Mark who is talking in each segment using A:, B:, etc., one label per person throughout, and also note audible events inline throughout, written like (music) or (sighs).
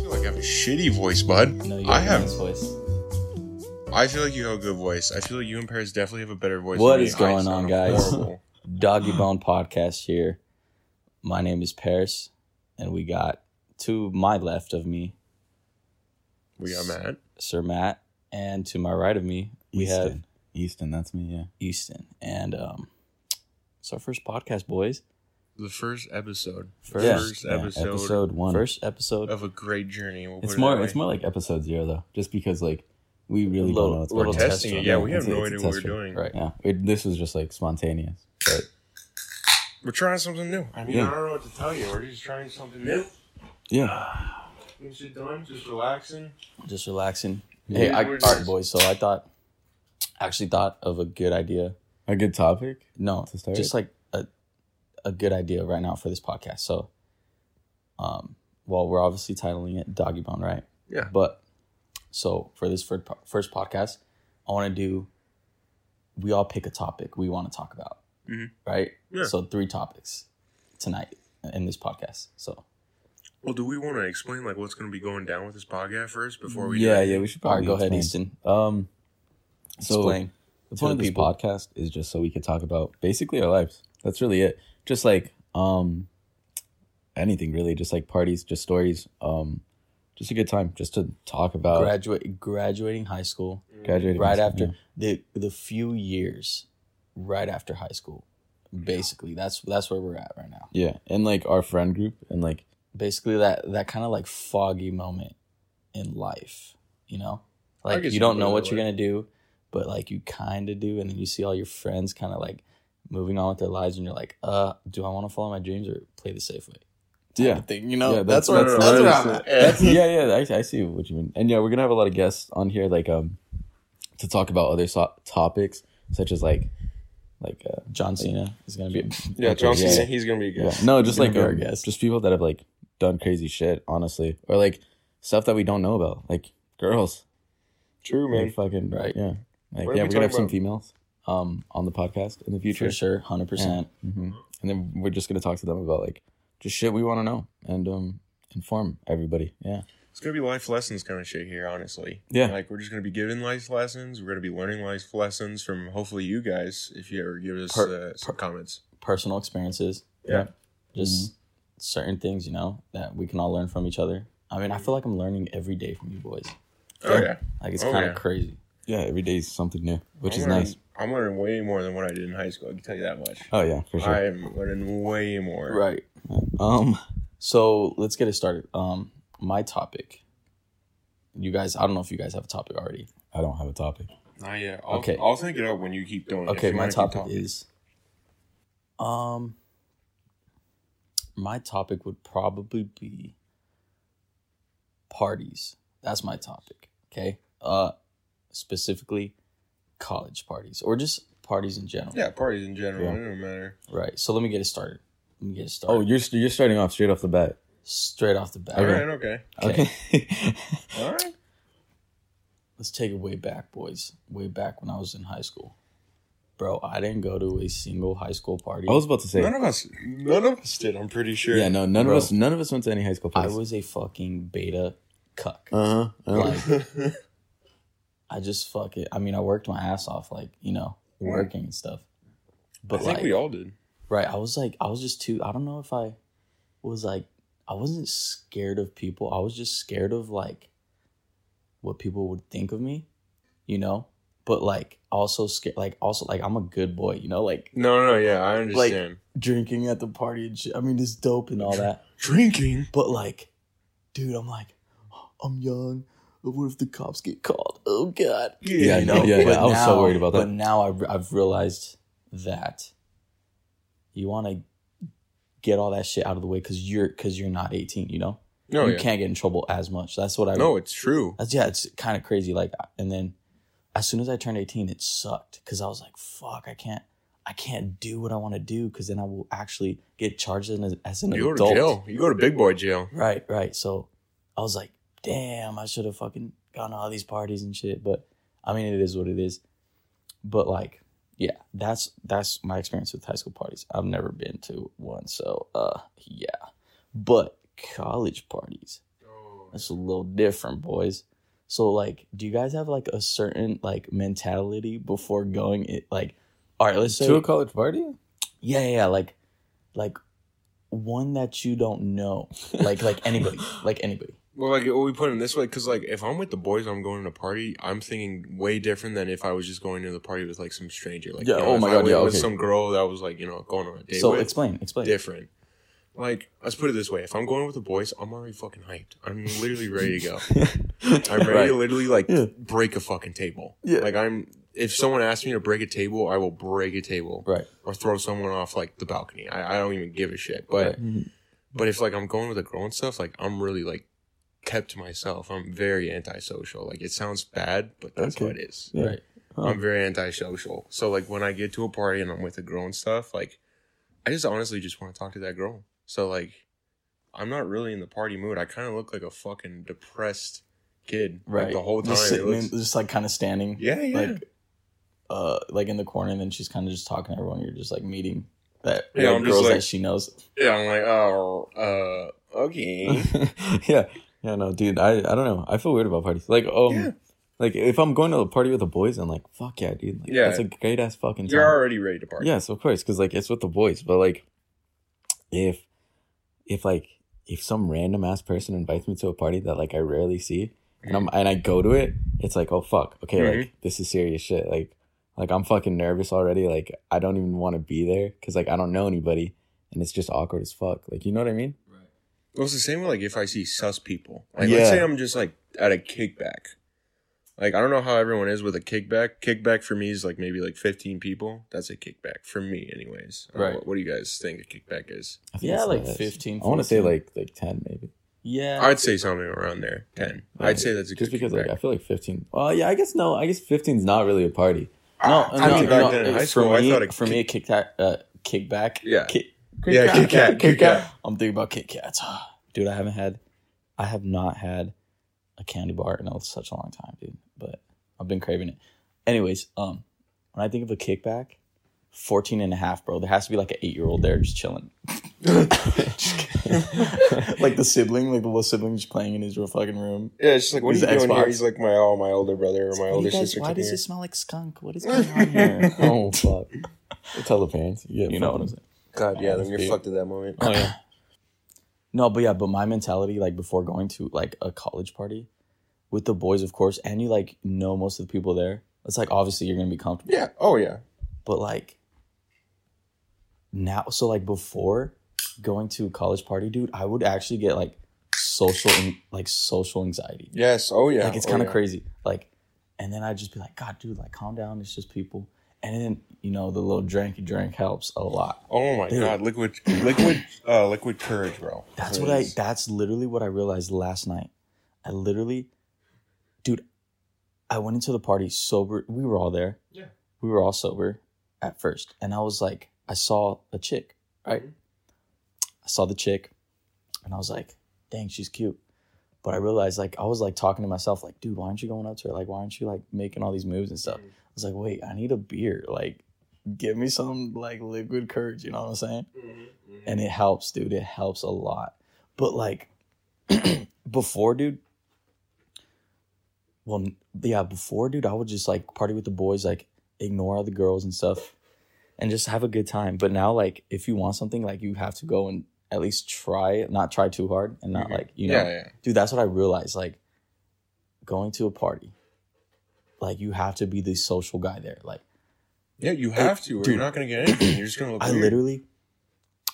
A: shitty voice, bud.
B: No, you
A: I have-
B: have, a nice voice.
A: I feel like you have a good voice. I feel like you and Paris definitely have a better voice.
B: What
A: than me.
B: is going
A: I sound
B: on, guys?
A: horrible.
B: Doggy Bone Podcast here. My name is Paris, and we got to my left of me,
A: we got Matt.
B: Sir Matt, and to my right of me, we have
C: Easton. Easton, that's me, yeah.
B: Easton. And um, it's our first podcast, boys.
A: The first episode.
B: First-
A: The
B: Yeah.
A: first
C: Yeah,
A: episode,
C: one.
B: First episode.
A: of a great journey. We'll put
C: it's
A: it
C: more
A: that
C: it's
A: way.
C: more like episode zero though. Just because like we really
B: Little-
C: don't know what's
B: little
C: going
A: We're
C: on.
A: testing
B: test
A: it. Yeah,
C: run.
A: we
C: Yeah,
A: have
C: it's-
A: no
C: it's a
A: idea what we're
C: test run.
A: doing.
B: Right.
C: Yeah. It, this was just like spontaneous. But
A: We're trying something new. I mean,
C: Yeah.
A: I don't know what to tell you. We're just trying something new.
C: yeah.
A: Things are done, just relaxing.
B: Just relaxing.
C: Yeah.
B: Hey, I, all
A: We're
B: right,
A: just-
B: boys. So I thought, actually thought of a good idea.
C: A good topic.
B: No,
C: To start?
B: just like a a good idea right now for this podcast. So, um, well, we're obviously titling it Doggy Bone, right?
A: Yeah.
B: But so for this fir- first podcast, I want to do. We all pick a topic we want to talk about,
C: Mm-hmm.
A: Mhm.
B: right?
A: Yeah.
B: So three topics tonight in this podcast. So
A: Well, do we want to explain like what's going to be going down with this podcast first before we?
C: yeah,
A: do it?
C: yeah, we should
B: all
C: probably
B: right, go ahead,
C: explain.
B: Easton.
C: Um so
B: Explain. to
C: the
B: the
C: point of this
B: people.
C: podcast is just so we could talk about basically our lives. That's really it. Just like um anything really, just like parties, just stories, um just a good time just to talk about
B: Graduate graduating high school.
C: graduating
B: right
C: high school,
B: after
C: yeah.
B: the the few years right after high school basically that's that's where we're at right now
C: Yeah, and like our friend group, and like
B: basically that that kind of like foggy moment in life you know
A: I
B: like
A: guess
B: you
A: you
B: don't
A: can
B: know
A: put it
B: what
A: that
B: you're
A: way.
B: gonna do but like you kind of do and then you see all your friends kind of like moving on with their lives and you're like uh do i want to follow my dreams or play the safe way type
C: Yeah.
B: of thing you know
C: Yeah,
B: that's,
C: that's-
B: where
C: that's-
B: that's,
C: that's-
B: where i'm at
C: (laughs) that's, yeah, yeah, I, I see what you mean. And yeah, we're gonna have a lot of guests on here, like um, to talk about other so- topics such as like, like uh,
B: john cena is gonna be
A: yeah. John
C: Yeah.
A: Cena, he's going to be
C: yeah,
A: good.
C: no, just
B: You're
C: like
B: gonna be our
C: um,
B: guest.
C: just people that have like done crazy shit, honestly, or like stuff that we don't know about, like girls,
A: True,
C: like fucking
B: Right.
C: yeah, like
A: What are
C: yeah,
A: we
C: we're gonna
A: talking
C: have some
A: about?
C: females um on the podcast in the future,
B: for sure 100%
C: hmm and then we're just gonna talk to them about like just shit we want to know and um inform everybody, yeah.
A: It's gonna be life lessons kind of shit here, honestly.
C: Yeah.
A: Like we're just gonna be giving life lessons. We're gonna be learning life lessons from hopefully you guys, if you ever give us
B: Per-
A: uh, some comments.
B: personal experiences
A: Yeah.
B: just certain things, you know, that we can all learn from each other. I mean, I feel like I'm learning every day from you boys.
A: Oh yeah.
B: Like it's
A: Oh,
B: kind of
A: yeah.
B: crazy.
C: Yeah, every day is something new, which
A: I'm
C: is
A: learning-
C: nice.
A: I'm learning way more than what I did in high school. I can tell you that much.
C: Oh yeah, for sure.
A: I'm learning way more.
B: Right.
C: Um,
B: So let's get it started. Um, my topic. You guys, I don't know if you guys have a topic already.
C: I don't have a topic.
A: Oh yeah. I'll,
B: Okay.
A: I'll think it up when you keep doing. it, if
B: Okay,
A: you
B: my
A: wanna keep
B: topic
A: talking.
B: is. Um. My topic would probably be parties. That's my topic. Okay. Uh, specifically, college parties or just parties in general.
A: yeah parties in general.
C: Yeah.
A: It don't matter.
B: Right. So let me get it started. Let me get it started.
C: Oh, you're you're starting off straight off the bat.
B: straight off the bat.
A: All right. Okay.
B: Okay.
A: All right.
B: Let's take it way back, boys. Way back when I was in high school. Bro, I didn't go to a single high school party.
C: I was about to say.
A: None of us. None of us did. I'm pretty sure. (laughs)
C: yeah, no, none
B: Bro.
C: of us, none of us went to any high school.
B: I
C: Parties.
B: was a fucking beta cuck.
C: Uh huh.
B: Like, I just fuck it. I mean, I worked my ass off, like, you know, working and stuff.
A: I
B: But
A: think
B: like
A: we all did.
B: right, I was like I was just too I don't know if I was like I wasn't scared of people. I was just scared of like what people would think of me, you know? But like also scared like also like I'm a good boy, you know, like
A: No, no, yeah, I understand.
B: drinking at the party and shit. I mean, it's dope and all
A: (laughs)
B: that.
A: Drinking.
B: But like, dude, I'm like, I'm young. What if the cops get called? Oh God. (laughs)
C: Yeah,
B: You
C: no,
A: (laughs)
C: yeah, yeah,
B: But
C: I was so worried about that.
B: But now I've, I've realized that you want to get all that shit out of the way because you're because you're not 18. You know,
C: Oh,
A: No,
B: you
A: yeah.
B: can't get in trouble as much. That's what I.
A: No, it's true.
B: That's yeah. It's kind of crazy. Like, and then as soon as I turned 18, it sucked because I was like, fuck, I can't. I can't do what I want to do because then I will actually get charged as an, as an
A: You go
B: adult.
A: to jail. You go to big boy jail.
B: Right, right. So I was like, damn, I should have fucking gone to all these parties and shit. But I mean, it is what it is. But like, yeah, that's that's my experience with high school parties. I've never been to one, so uh, yeah. But college parties,
A: Oh,
B: It's a little different, boys. So like, do you guys have like a certain like mentality before going? It like, all right, let's say
C: to a college party?
B: yeah, yeah, yeah, like, like one that you don't know, like like anybody, like anybody.
A: Well, like well, we put them this way because like if I'm with the boys, I'm going to a party. I'm thinking way different than if I was just going to the party with like some stranger. Like
C: Yeah,
A: you know,
C: oh
A: if
C: my
A: I
C: God,
A: was
C: yeah,
A: with
C: okay.
A: some girl that was like you know going on a date
B: so
A: with.
B: explain, explain. (laughs)
A: different. Like let's put it this way: if I'm going with the boys, I'm already fucking hyped. I'm literally ready
C: (laughs)
A: to go. I'm ready
C: Right.
A: to literally like
C: Yeah.
A: break a fucking table.
C: Yeah.
A: Like I'm. If someone asks me to break a table, I will break a table
C: Right.
A: or throw someone off like the balcony. I, I don't even give a shit. But
C: Right.
A: but if like I'm going with a girl and stuff, like I'm really like kept to myself. I'm very antisocial. Like it sounds bad, but that's how
C: Okay.
A: it is.
B: Yeah.
C: Right. Huh.
A: I'm very antisocial. So like when I get to a party and I'm with a girl and stuff, like I just honestly just want to talk to that girl. So like I'm not really in the party mood. I kind of look like a fucking depressed kid like,
B: Right.
A: the whole time.
B: Just
A: It
B: sitting,
A: looks-
B: in, just like kind of standing.
A: yeah, yeah.
B: Like, uh, like in the corner, and then she's kind of just talking to everyone. You're just like meeting that
A: Yeah,
B: like,
A: I'm just
B: girls
A: like-
B: that she knows.
A: yeah, I'm like, oh, uh,
B: (laughs)
A: okay.
C: (laughs) yeah. Yeah, no, dude, I, I don't know. I feel weird about parties. Like, um,
A: Yeah.
C: like if I'm going to a party with the boys, I'm like, fuck yeah, dude. Like,
A: Yeah.
C: That's a great ass fucking time.
A: You're already ready to party.
C: Yes, of course, because like it's with the boys. But like, if if like if some random ass person invites me to a party that like I rarely see, and I'm and I go to it, it's like oh fuck, okay,
B: Mm-hmm.
C: like this is serious shit. Like like I'm fucking nervous already. Like I don't even want to be there because like I don't know anybody, and it's just awkward as fuck. Like you know what I mean?
A: Well, it's the same with like if I see sus people. Like,
C: Yeah.
A: let's say I'm just like at a kickback. Like, I don't know how everyone is with a kickback. Kickback for me is like maybe like 15 people. That's a kickback for me, anyways. Uh,
B: Right.
A: what, what do you guys think a kickback is?
C: I
B: Yeah,
C: it's
B: like
C: less.
B: 15,
C: I want to say
B: 14.
C: like like ten maybe.
B: Yeah,
A: I'd say something around there, 10. I'd say that's a
C: just
A: good
C: because
A: kickback.
C: like I feel like fifteen. Well, yeah, I guess no. I guess 15 is not really a party.
B: No,
A: I
B: no,
A: mean,
B: no,
A: back then in
B: it-
A: high
B: for
A: school, I
B: me-
A: thought a
B: for me, a kick cat, uh, kickback.
A: Yeah.
B: Ki-
A: Yeah, Kit Kat, Kit Kat.
B: I'm thinking about Kit Kats, (sighs) dude. I haven't had, I have not had a candy bar in such a long time, dude. But I've been craving it. Anyways, um, when I think of a kickback, 14 and a half, bro. There has to be like an eight year old there just chilling.
A: (laughs)
B: (laughs) like (laughs) the sibling, like the little (laughs) sibling just playing in his real fucking room.
A: yeah, it's just like, what are
B: He's
A: you doing here?
B: Xbox.
A: He's like my oh, my older brother or my
B: What do
A: older
B: you guys-
A: sister.
B: why
A: came
B: does
A: here.
B: it smell like skunk? What is going on here?
C: oh fuck! Tell the parents. Yeah,
B: You know what I'm saying?
A: God, yeah, then you're
C: Dude.
A: fucked at that moment.
B: Oh yeah. (laughs) no, but yeah, but my mentality, like before going to like a college party with the boys, of course, and you like know most of the people there. It's like obviously you're gonna be
A: (clears throat)
B: comfortable,
A: Yeah, oh yeah.
B: but like now, so like before going to a college party, dude, I would actually get like social an- like social anxiety.
A: Yes, oh yeah.
B: Like it's
A: oh,
B: kind of
A: yeah.
B: crazy. Like, and then I'd just be like, God, dude, like calm down. It's just people. And then you know the little drink you drink helps a lot.
A: Oh my
B: Dude.
A: god, liquid, liquid, uh, liquid courage, bro.
B: That's what I. That's literally what I realized last night. I literally, dude, I went into the party sober. We were all there.
A: Yeah.
B: We were all sober at first, and I was like, I saw a chick. Right. I saw the chick, and I was like, dang, she's cute. But I realized, like, I was like talking to myself, like, dude, why aren't you going up to her? Like, why aren't you like making all these moves and stuff? I was like, wait, I need a beer. Like, give me some like liquid courage. You know what I'm saying? and it helps, dude. It helps a lot. But like (clears throat) before, dude. Well, n- yeah, before, dude, I would just like party with the boys, like ignore all the girls and stuff, and just have a good time. But now, like, if you want something, like, you have to go and at least try it, not try too hard, and not
A: Mhm.
B: like you know,
A: yeah, yeah.
B: dude. That's what I realized. Like, going to a party, like, you have to be the social guy there. Like.
A: Yeah, you have to, or
B: dude.
A: you're not gonna get anything. You're just gonna look.
B: I
A: weird.
B: literally,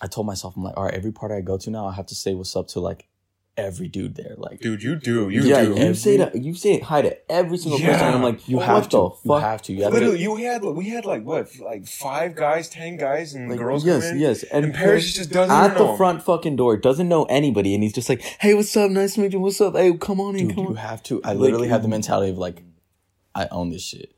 B: I told myself, I'm like, all right, every party I go to now, I have to say what's up to like every dude there. Like,
A: dude, you do, you
C: yeah,
A: do.
C: you say that. You say hi to every single
A: Yeah.
C: person. And I'm like,
B: you
C: what
B: have
C: the
B: to,
C: fuck?
B: you have to, you have
A: literally,
B: to.
A: you had we had like what, like five guys, ten guys, and
C: Like,
A: girls.
C: yes,
A: come in,
C: yes.
A: And, Paris just doesn't
C: at
A: know
C: the front fucking door doesn't know anybody, and he's just like, "Hey, what's up? Nice to meet you. What's up? Hey, come on in.
B: Dude,
C: come
B: you
C: on."
B: have to. I
C: Like,
B: literally have the
C: you-
B: mentality of like, I own this shit.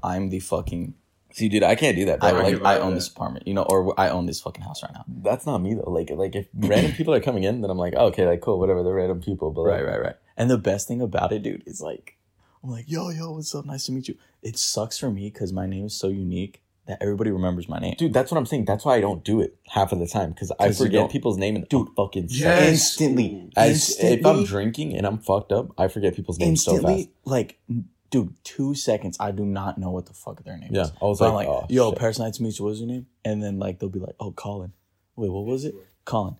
B: I'm the fucking.
C: See, dude, I can't do that. Bro.
B: I
A: I
B: like.
A: can
B: I
A: buy
B: own
A: that.
B: this apartment, you know, or I own this fucking house right now.
C: That's not me though. Like, like if random people are coming in, then I'm like, "Oh, okay, like cool, whatever. They're random people, but like,
B: Right, right, right. And the best thing about it, dude, is like, I'm like, yo, yo, what's up? Nice to meet you. It sucks for me because my name is so unique that everybody remembers my name.
C: Dude, that's what I'm saying. That's why I don't do it half of the time because I
B: 'Cause you
C: forget
B: don't-
C: people's name and dude, fucking
A: Yes.
C: seconds.
B: Instantly,
C: As, if I'm
B: Instantly?
C: drinking and I'm fucked up, I forget people's names so
B: instantly,
C: fast.
B: like, dude, two seconds. I do not know what the fuck their name
C: Yeah,
B: is.
C: I was
B: So
C: like,
B: I'm like,
C: oh,
B: yo,
C: shit.
B: Paris Nights Meets, what was your name? And then like they'll be like, oh, Colin. Wait, what was it? Colin.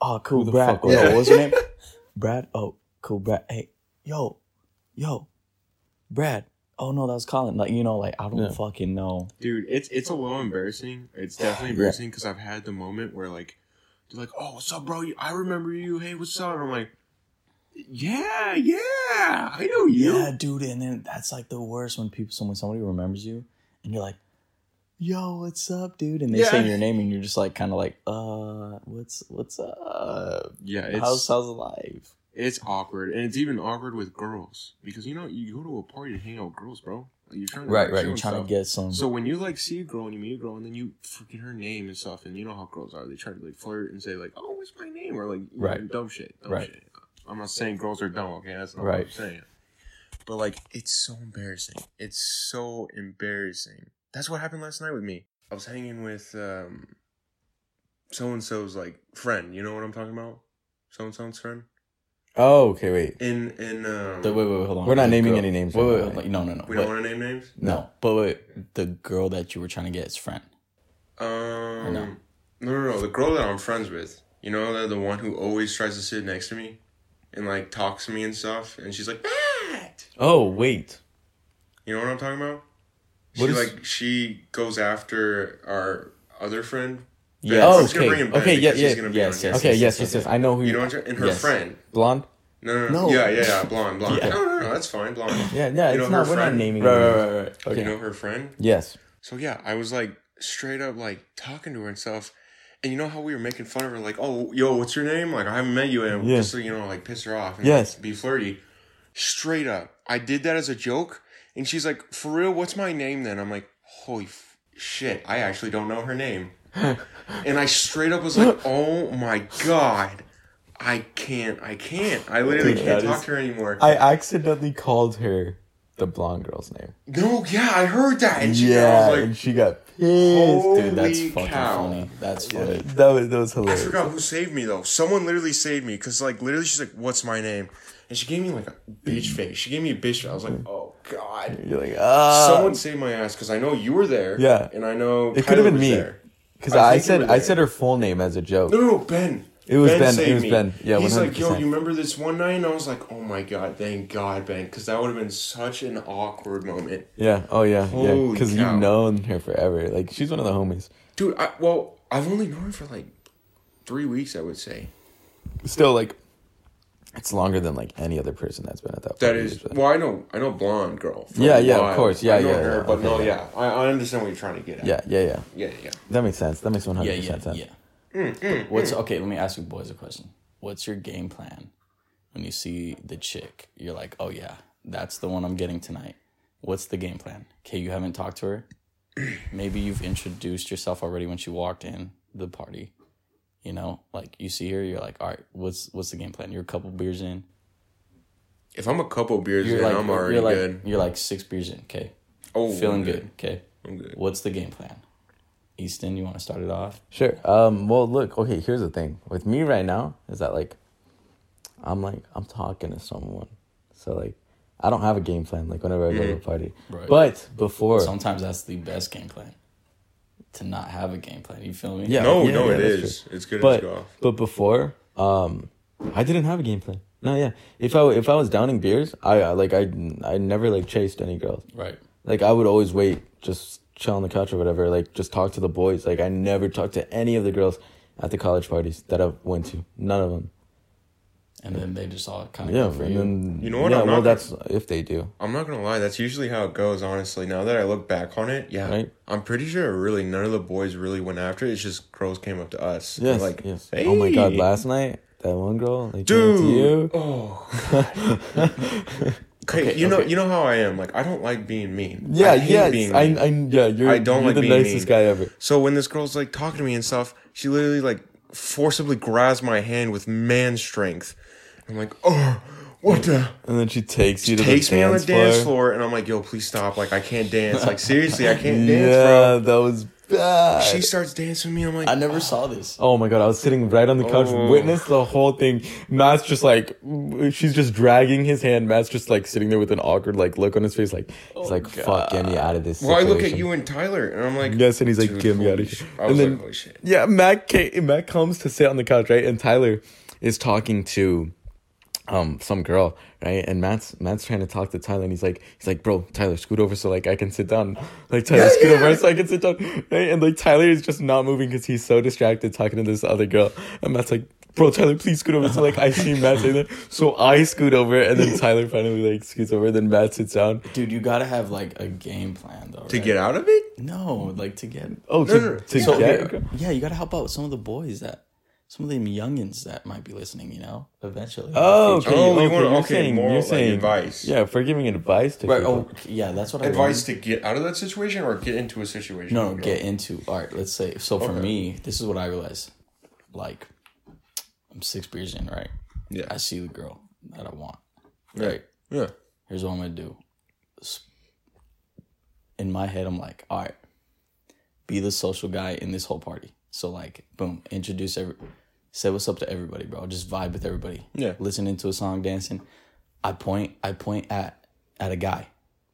B: Oh, cool,
C: Who the
B: Brad.
C: fuck
B: Yo,
C: was
A: that?
B: what was your
C: (laughs)
B: name? Brad. Oh, cool, Brad. Hey, yo, yo, Brad. Oh no, that was Colin. Like you know, like I don't
C: Yeah.
B: fucking know.
A: Dude, it's it's a little embarrassing. It's definitely embarrassing because I've had the moment where like they're like, "Oh, what's up, bro? You- I remember you. Hey, what's up?" And I'm like, "Yeah, yeah, I know you."
B: Yeah, dude. And then that's like the worst when people, someone, somebody remembers you, and you're like, "Yo, what's up, dude?" And they say
A: Yeah.
B: your name, and you're just like, kind of like, "Uh, what's what's up?
A: Yeah, it's
B: How's how's alive?"
A: it's awkward, and it's even awkward with girls because you know you go to a party to hang out with girls, bro. Like, you're trying to
B: Right,
A: make
B: right.
A: sure
B: You're
A: and
B: trying
A: stuff.
B: to get some.
A: So when you like see a girl and you meet a girl and then you forget her name and stuff, and you know how girls are, they try to like flirt and say like, "Oh, what's my name?" or like you know,
B: Right.
A: dumb shit. Dumb
B: Right.
A: Shit. I'm not saying girls are dumb. Okay, that's not what
B: Right.
A: I'm saying. But like, it's so embarrassing. It's so embarrassing. That's what happened last night with me. I was hanging with um, so and so's like friend. You know what I'm talking about? So and so's friend.
C: Oh, okay, wait.
A: In in um,
B: The- wait, wait, wait, hold on.
C: We're not
B: The
C: naming
B: girl-
C: any names
B: Wait,
C: right
B: wait,
C: now,
B: wait,
C: right?
B: no, no, no.
A: we don't
B: Wait,
A: want to name names.
B: no, but wait, the girl that you were trying to get is friend.
A: Um,
B: no?
A: no. no, no, The girl that I'm friends with, you know, the, the one who always tries to sit next to me and like talks to me and stuff. And she's like, Matt!
C: Oh, wait.
A: You know what I'm talking about?
C: What
A: she
C: is-
A: like she goes after our other friend.
B: Yeah.
A: Ben.
B: Oh,
A: I'm just gonna
C: okay.
A: bring in Ben
C: Okay, yeah,
A: because he's
C: yeah,
A: gonna be
B: yes,
A: on here.
B: yes,
C: Okay,
B: yes,
C: yes,
B: yes,
C: yes, yes. I know who
A: You
C: you
A: know
C: are.
A: what I'm saying? And her
B: Yes.
A: friend.
C: Blonde?
A: No, no, no.
B: No.
A: Yeah, yeah, yeah. Blonde, blonde.
B: Yeah.
A: No, no, no. That's fine. Blonde.
C: Yeah, yeah,
A: You
C: it's
A: know her
C: not, we're
A: friend?
C: not naming
B: Right,
C: any
B: right,
C: names.
B: right, right.
A: You
B: Okay.
A: know her friend?
C: Yes.
A: So yeah, I was like straight up like talking to her and stuff. And you know how we were making fun of her, like, oh, yo, what's your name? Like, I haven't met you, and
C: Yeah.
A: just so you know, like, piss her off and
C: Yes.
A: be flirty. Straight up, I did that as a joke, and she's like, for real, what's my name? Then I'm like, holy f- shit, I actually don't know her
C: (laughs)
A: name. and I straight up was like, oh my god, I can't, I can't, I literally
C: Dude,
A: can't
C: that
A: talk
C: is-
A: to her anymore.
C: I accidentally called her the blonde girl's name.
A: no, yeah, I heard that, and she, I
C: yeah,
A: was
C: and
A: like,
C: she got pissed.
B: Dude, that's
A: Holy
C: Oh,
B: fucking
A: cow.
B: funny. That's funny.
C: That was that was
A: I
C: hilarious.
A: forgot who saved me though. Someone literally saved me because like literally she's like, "What's my name?" And she gave me like a bitch face. She gave me a bitch. face. I was
C: Mm.
A: like, "Oh God!"
C: You're like, ah,
A: Someone saved my ass because I know you were there.
C: Yeah.
A: and I know
C: It could
A: Tyler
C: have been
A: was
C: me.
A: there.
C: because
A: I
C: I,
A: think you
C: said
A: were
C: I
A: there.
C: said her full name as a joke.
A: No, no, no, Ben.
C: It was Ben. It
A: saved
C: was Ben. Yeah,
A: he's like, "Yo,
C: 100%.
A: you remember this one night?" And I was like, "Oh my God, thank God, Ben," because that would have been such an awkward moment.
C: Yeah. Oh yeah. yeah.
A: Holy
C: Because
A: cow.
C: you've known her forever. Like she's one of the homies.
A: Dude, I, well, I've only known her for like three weeks, I would say.
C: Still like, it's longer than like any other person that's been at that.
A: That
C: party,
A: is
C: but-
A: well, I know, I know, blonde girl. for
C: Yeah,
A: a
C: yeah, of
A: while.
C: course. Yeah,
A: I know
C: yeah,
A: her,
C: yeah,
A: But
C: okay,
A: no, yeah, I, I understand what you're trying to get at.
C: yeah. Yeah. Yeah.
A: yeah, yeah.
C: That makes sense. That makes one
B: Yeah,
C: hundred
B: yeah,
C: percent sense.
B: yeah.
A: Mm,
B: But What's okay? Let me ask you boys a question. What's your game plan when you see the chick? You're like, oh yeah, that's the one I'm getting tonight. What's the game plan? Okay, you haven't talked
A: (clears throat)
B: to her. Maybe you've introduced yourself already when she walked in the party. You know, like you see her, you're like, all right, what's what's the game plan? You're a couple beers in.
A: If I'm a couple beers
B: You're
A: in,
B: like,
A: I'm already
B: you're like,
A: good.
B: You're like six beers in. Okay,
A: Oh,
B: feeling
A: I'm
B: good. Okay,
A: I'm good.
B: what's the game plan? Easton, you want to start it off?
C: Sure. Um. Well, look. Okay. Here's the thing with me right now is that like, I'm like I'm talking to someone, so like, I don't have a game plan. Like whenever I go to a party,
B: Right.
C: but before.
B: Sometimes that's the best game plan. To not have a game plan. You feel me?
C: Yeah.
A: No, no,
C: yeah,
A: it
C: that's
A: is. It's good as
C: but
A: golf.
C: but before um i didn't have a game plan no yeah if i if i was downing beers i I- like i i never like chased any girls
B: Right.
C: like i would always wait just chill on the couch or whatever like just talk to the boys like i never talked to any of the girls at the college parties that i went to none of them
B: And then they just all kind of
C: yeah
B: go for
C: and
B: you.
C: then
A: You know what?
C: yeah,
A: I'm
C: well
A: not-
C: that's if they do
A: I'm not gonna lie. That's usually how it goes. Honestly, now that I look back on it, yeah,
C: Right.
A: I'm pretty sure really none of the boys really went after it. It's just girls came up to us. They're
C: yes
A: like
C: yes
A: "Hey."
C: oh my god last night that one girl like came up to
A: dude.
C: you
A: Oh. okay, you know, you know how I am. Like, I don't like being mean.
C: yeah
A: I hate
C: yes
A: being
C: I,
A: mean.
C: I yeah you're,
A: I don't
C: you're
A: like
C: the
A: being mean.
C: nicest guy ever
A: So when this girl's like talking to me and stuff, she literally like forcibly grabs my hand with man strength. I'm like, oh, What the?
C: And then she takes you to
A: Takes
C: the
A: me on the
C: dance
A: dance
C: floor.
A: floor, and I'm like, yo, please stop. Like, I can't dance. Like, seriously, I can't
C: (laughs)
A: dance,
C: Yeah,
A: bro.
C: that was bad.
A: She starts dancing with me. I'm like,
B: I never saw this.
C: Oh my god, I was sitting right on the couch,
A: Oh.
C: witnessed the whole thing. Matt's just like, she's just dragging his hand. Matt's just like sitting there with an awkward like look on his face, like he's like, "Fuck, get me out of this."
A: well, I Oh look at
C: situation."
A: you and Tyler, and I'm like,
C: Yes, and he's like,
A: dude,
C: "Get me
A: holy
C: out of
A: sh-"
C: here."
A: I
C: And
A: was
C: then-
A: like, holy shit.
C: Yeah, Matt came, Matt comes to sit on the couch, right? And Tyler is talking to um some girl, right? And Matt's Matt's trying to talk to Tyler, and he's like, he's like, bro, Tyler, scoot over so like I can sit down. Like Tyler, scoot over so I can sit down, right? And like Tyler is just not moving because he's so distracted talking to this other girl, and Matt's like. Bro, Tyler, please scoot over. So like I see Matt say that, so I scoot over, and then Tyler finally like scoots over. Then Matt sits down.
B: Dude, you gotta have like a game plan though.
A: To
B: right?
A: get out of it?
B: no, like to get
A: No,
C: Oh, to,
A: no, no.
C: to
A: So-
C: get-
B: yeah, you gotta help out some of the boys that some of them youngins that might be listening, you know, eventually.
C: Oh, okay.
A: Oh, you
C: okay.
A: want-
C: you're
A: okay,
C: saying,
A: moral,
C: you're
A: like,
C: saying
A: advice.
C: Yeah, for giving advice to
B: right.
C: people.
B: Oh, yeah, that's what I
A: Advice to get out of that situation or get into a situation?
B: No, no, get into all right. Let's say so for me, this is what I realized. Like, I'm six beers in, right?
A: Yeah.
B: I see the girl that I want.
A: Yeah.
B: Right.
A: Yeah.
B: Here's what I'm gonna do. S- In my head, I'm like, all right, be the social guy in this whole party. So like, boom, introduce every, say what's up to everybody, bro. Just vibe with everybody.
A: Yeah.
B: Listening to a song, dancing. I point, I point at at a guy.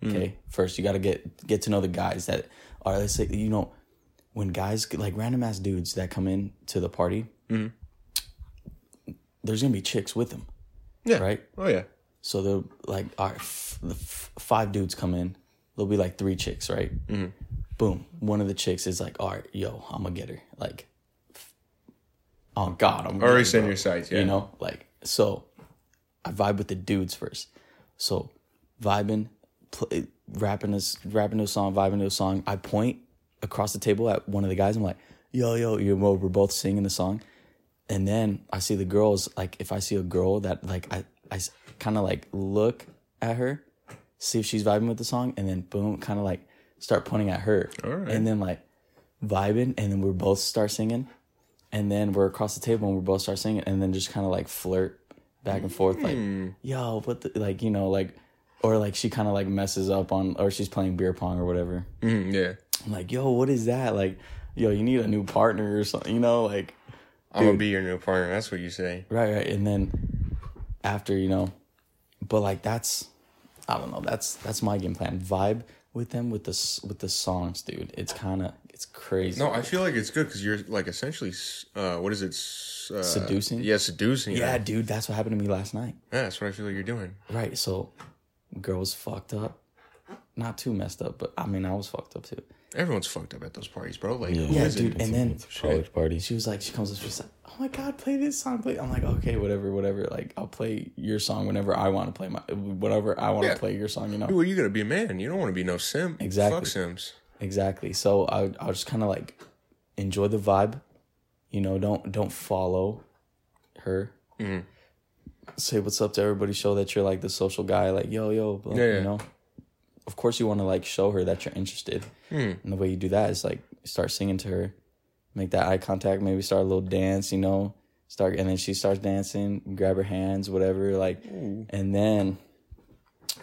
B: Okay, first you gotta get get to know the guys that are. Let's say you know when guys like random ass dudes that come in to the party. There's gonna be chicks with them,
A: Yeah.
B: right?
A: Oh, yeah.
B: So they're like, all right, f- the f- five dudes come in. There'll be like three chicks, right? Boom. One of the chicks is like, all right, yo, I'm gonna get her. Like, f- oh God, I'm
A: Already
B: getting
A: send
B: her.
A: your sights. Yeah.
B: You know, like so, I vibe with the dudes first. So, vibing, pl- rapping this, rapping to a song, vibing to a song. I point across the table at one of the guys. I'm like, yo, yo, you know, we're both singing the song, and then I see the girls. Like, if I see a girl that like I, I kind of like look at her, see if she's vibing with the song, and then boom, kind of like start pointing at her,
A: Alright.
B: and then like vibing, and then we're both start singing and then we're across the table and we both start singing and then just kind of like flirt back and forth like yo what the like you know like or like she kind of like messes up on or she's playing beer pong or whatever
A: Mhm, yeah.
B: i'm like yo what is that like yo you need a new partner or something you know like
A: I'm going to be your new partner. That's what you say.
B: right right and then after you know but like that's i don't know that's that's my game plan vibe with them with the s- with the songs dude it's kind of it's crazy
A: No, I feel like it's good because you're like essentially, s- uh, what is it? s- Uh,
B: Seducing?
A: Yeah, seducing.
B: yeah
A: Yeah,
B: dude that's what happened to me last night
A: that's what I feel like you're doing.
B: Right. So, girls fucked up. Not too messed up, but I mean, I was fucked up too.
A: Everyone's fucked up at those parties, bro. Like,
C: Yeah.
A: who
B: Yeah,
A: is it?
B: dude. And then
C: It's a college party.
B: she was like, she comes up, she's like, "Oh my god, play this song, play." I'm like, "Okay, whatever, whatever. Like, I'll play your song whenever I want to play my, whatever I want to
A: Yeah.
B: play your song." You know,
A: Well, you gotta be a man. You don't want to be no simp.
B: Exactly.
A: Fuck sims.
B: exactly. So I, I was just kind of like, enjoy the vibe. You know, don't don't follow her.
A: Mhm.
B: Say what's up to everybody. Show that you're like the social guy. Like, yo, yo, blah,
A: Yeah, yeah.
B: you know. Of course, you want to like show her that you're interested.
A: Hmm.
B: And the way you do that is like start singing to her, make that eye contact, maybe start a little dance, you know, start and then she starts dancing, grab her hands, whatever, like, and then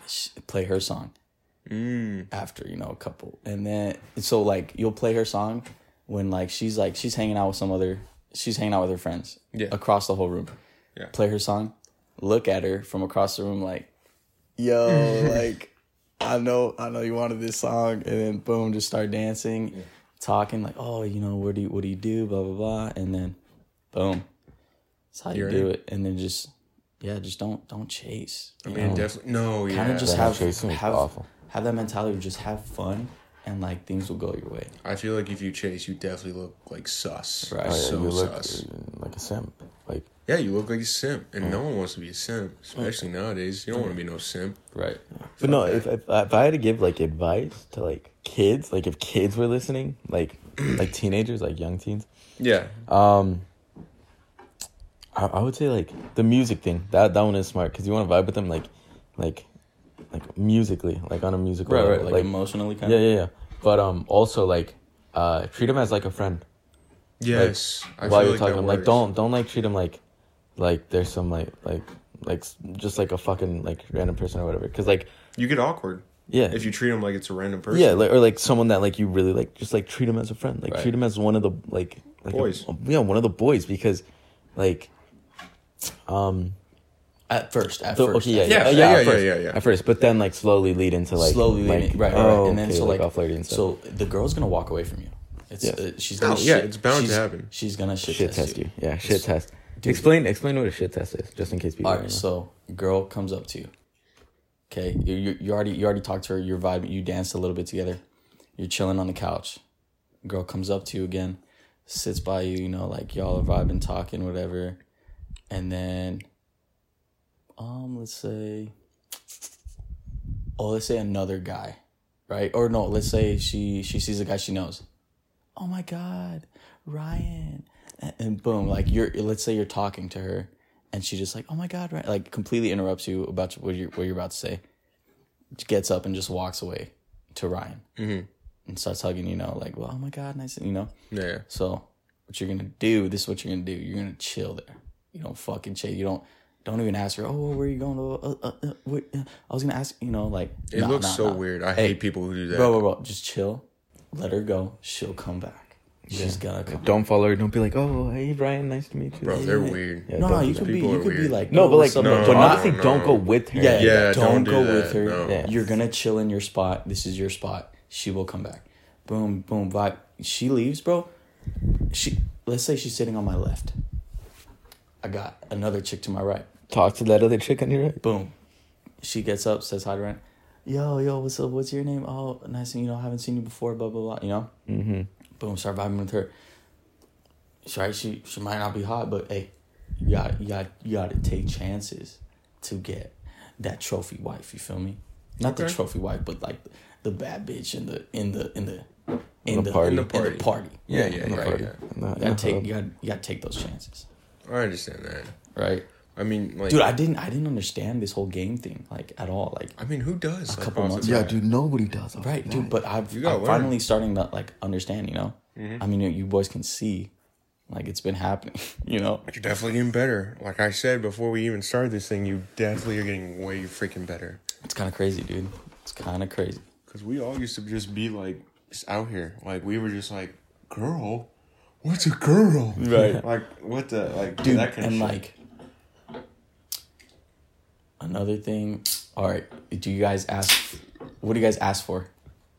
B: sh- play her song
A: Mm.
B: after, you know, a couple, and then so like you'll play her song when like she's like she's hanging out with some other, she's hanging out with her friends
A: Yeah.
B: across the whole room,
A: Yeah.
B: play her song, look at her from across the room like, yo,
A: (laughs)
B: like. I know, I know you wanted this song, and then boom, just start dancing, talking like, oh, you know, what do you, what do you do, blah blah blah, and then, boom, that's how you
A: You're
B: do
A: in.
B: it, and then just, yeah, just don't don't chase.
A: I mean, definitely. No, yeah.
B: kind of just
C: Yeah,
B: have
C: chasing is
B: have
C: awful.
B: have that mentality of just have fun, and like things will go your way.
A: I feel like if you chase, you definitely look like sus.
B: Right.
A: Right.
C: Oh, yeah,
A: So
C: you look
A: sus.
C: uh, like a simp. Like
A: Yeah, you look like a simp, and no one wants to be a simp, especially nowadays. You don't want to be no simp.
B: Right.
C: But no, if, if if I had to give like advice to like kids, like if kids were listening, like like teenagers, like young teens,
A: Yeah.
C: um, I, I would say like the music thing. That that one is smart because you want to vibe with them, like, like, like musically, like on a musical
B: Right.
C: level,
B: Right. Like, emotionally, kind
C: yeah,
B: of.
C: yeah, yeah. But um, also like, uh, treat them as like a friend.
A: Yes. I
C: while
A: feel
C: you're
A: like
C: talking,
A: that
C: like
A: works.
C: don't don't like treat them like, like there's some like like like s- just like a fucking like random person or whatever. Cause like
A: You get awkward
C: yeah,
A: if you treat them like it's a random person.
C: yeah, like, or like someone that like you really like, just like treat him as a friend, like
B: Right.
C: treat him as one of the like, like a-
A: Boys.
C: yeah, one of the boys because, like, um,
B: At first, at
C: so,
B: first.
C: okay, yeah,
B: at
C: yeah,
B: first.
A: first.
C: yeah, yeah,
A: Yeah,
C: at
A: yeah,
C: first,
A: yeah, yeah.
C: at first, but then like slowly lead into like
B: slowly
C: like,
B: leading, right, right,
C: oh,
B: and then
C: okay,
B: so like,
C: all flirty and stuff.
B: so the girl's gonna walk away from you. It's
C: Yeah.
B: uh, she's gonna
A: Oh, yeah,
B: shit-
A: it's bound to
B: she's-
A: happen.
B: She's gonna shit,
C: shit
B: test,
C: test you, yeah, shit test. explain explain what a shit test is, just in case people.
B: All
C: don't know.
B: right, so girl comes up to you. Okay, you, you, you already you already talked to her. You're vibing. You danced a little bit together. You're chilling on the couch. Girl comes up to you again, sits by you. You know, like y'all are vibing, talking, whatever. And then, um, let's say, oh, let's say another guy, right? Or no, let's say she she sees a guy she knows. Oh my God, Ryan, and, and boom, like you're let's say you're talking to her, and she just like, oh my God, Ryan, like completely interrupts you about what you're what you're about to say. She gets up and just walks away to Ryan
A: Mhm.
B: and starts hugging. You know, like, well, oh my God, nice, you know.
A: Yeah, yeah.
B: So what you're gonna do? This is what you're gonna do. You're gonna chill there. You don't fucking chase. You don't. Don't even ask her. Oh, where are you going? Oh, uh, uh, uh, what, uh, I was gonna ask. You know, like
A: It
B: nah,
A: looks
B: nah,
A: so
B: nah.
A: weird. I hate people who do that.
B: Bro, bro, bro. Just chill. Let her go. She'll come back. She's gonna come.
C: don't follow her. Don't be like, oh, hey, Brian, nice to meet you.
A: Bro, they're weird.
C: Yeah,
B: no, no,
C: don't
B: you
C: do
B: could
A: that.
B: be.
A: People
B: You
A: are
B: could be
A: weird.
B: like,
C: no,
B: "Yo,
C: but like,
B: what's up,
A: No,
C: but
B: bro?"
C: not saying
A: no,
C: don't
A: no.
C: go with her.
B: Yeah, yeah,
A: Yeah,
B: Don't,
A: don't
B: go
A: do
B: with
A: that,
B: her.
A: no.
C: Yeah.
B: You're gonna chill in your spot. This is your spot. She will come back. Boom, boom, vibe. She leaves, bro. She let's say she's sitting on my left. I got another chick to my right.
C: talk to that other chick on your right.
B: Boom. She gets up, says hi to Ryan. Yo, yo, what's up? What's your name? Oh, nice and you know, haven't seen you before, blah blah blah. You know?
C: Mm-hmm.
B: Boom, start vibing with her. She, right, she she might not be hot, but hey, you got you got you gotta take chances to get that trophy wife, you feel me? Not the
A: Okay.
B: trophy wife, but like the, bad bitch in the in the in the in
C: the
B: the,
C: party.
B: in the party.
A: yeah, yeah,
C: No,
A: yeah,
C: fuck
A: yeah.
C: it. No,
B: You gotta
C: no,
B: take
C: fuck
B: you gotta, you gotta take those chances.
A: I understand that.
B: Right?
A: I mean, like,
B: Dude, I didn't I didn't understand this whole game thing, like at all. Like
A: I mean, who does?
B: A couple
A: off the
B: months
C: it.
A: bat?
C: Yeah, dude, nobody does. off
B: Right,
C: the
B: dude.
C: bat.
B: But I've
A: You gotta
B: I'm
A: learn.
B: finally starting to like understand. You know, I mean, you, you boys can see, like it's been happening. (laughs) You know,
A: You're definitely getting better. Like I said before we even started this thing, you definitely are getting way freaking better.
B: it's kind of crazy, dude. It's kind of crazy.
A: Because we all used to just be like, just out here. Like, we were just like, girl? What's a girl?
B: Right.
A: (laughs) like, what the? Like,
B: dude,
A: that kind
B: and
A: of shit.
B: like another thing. All right, do you guys ask? What do you guys ask for?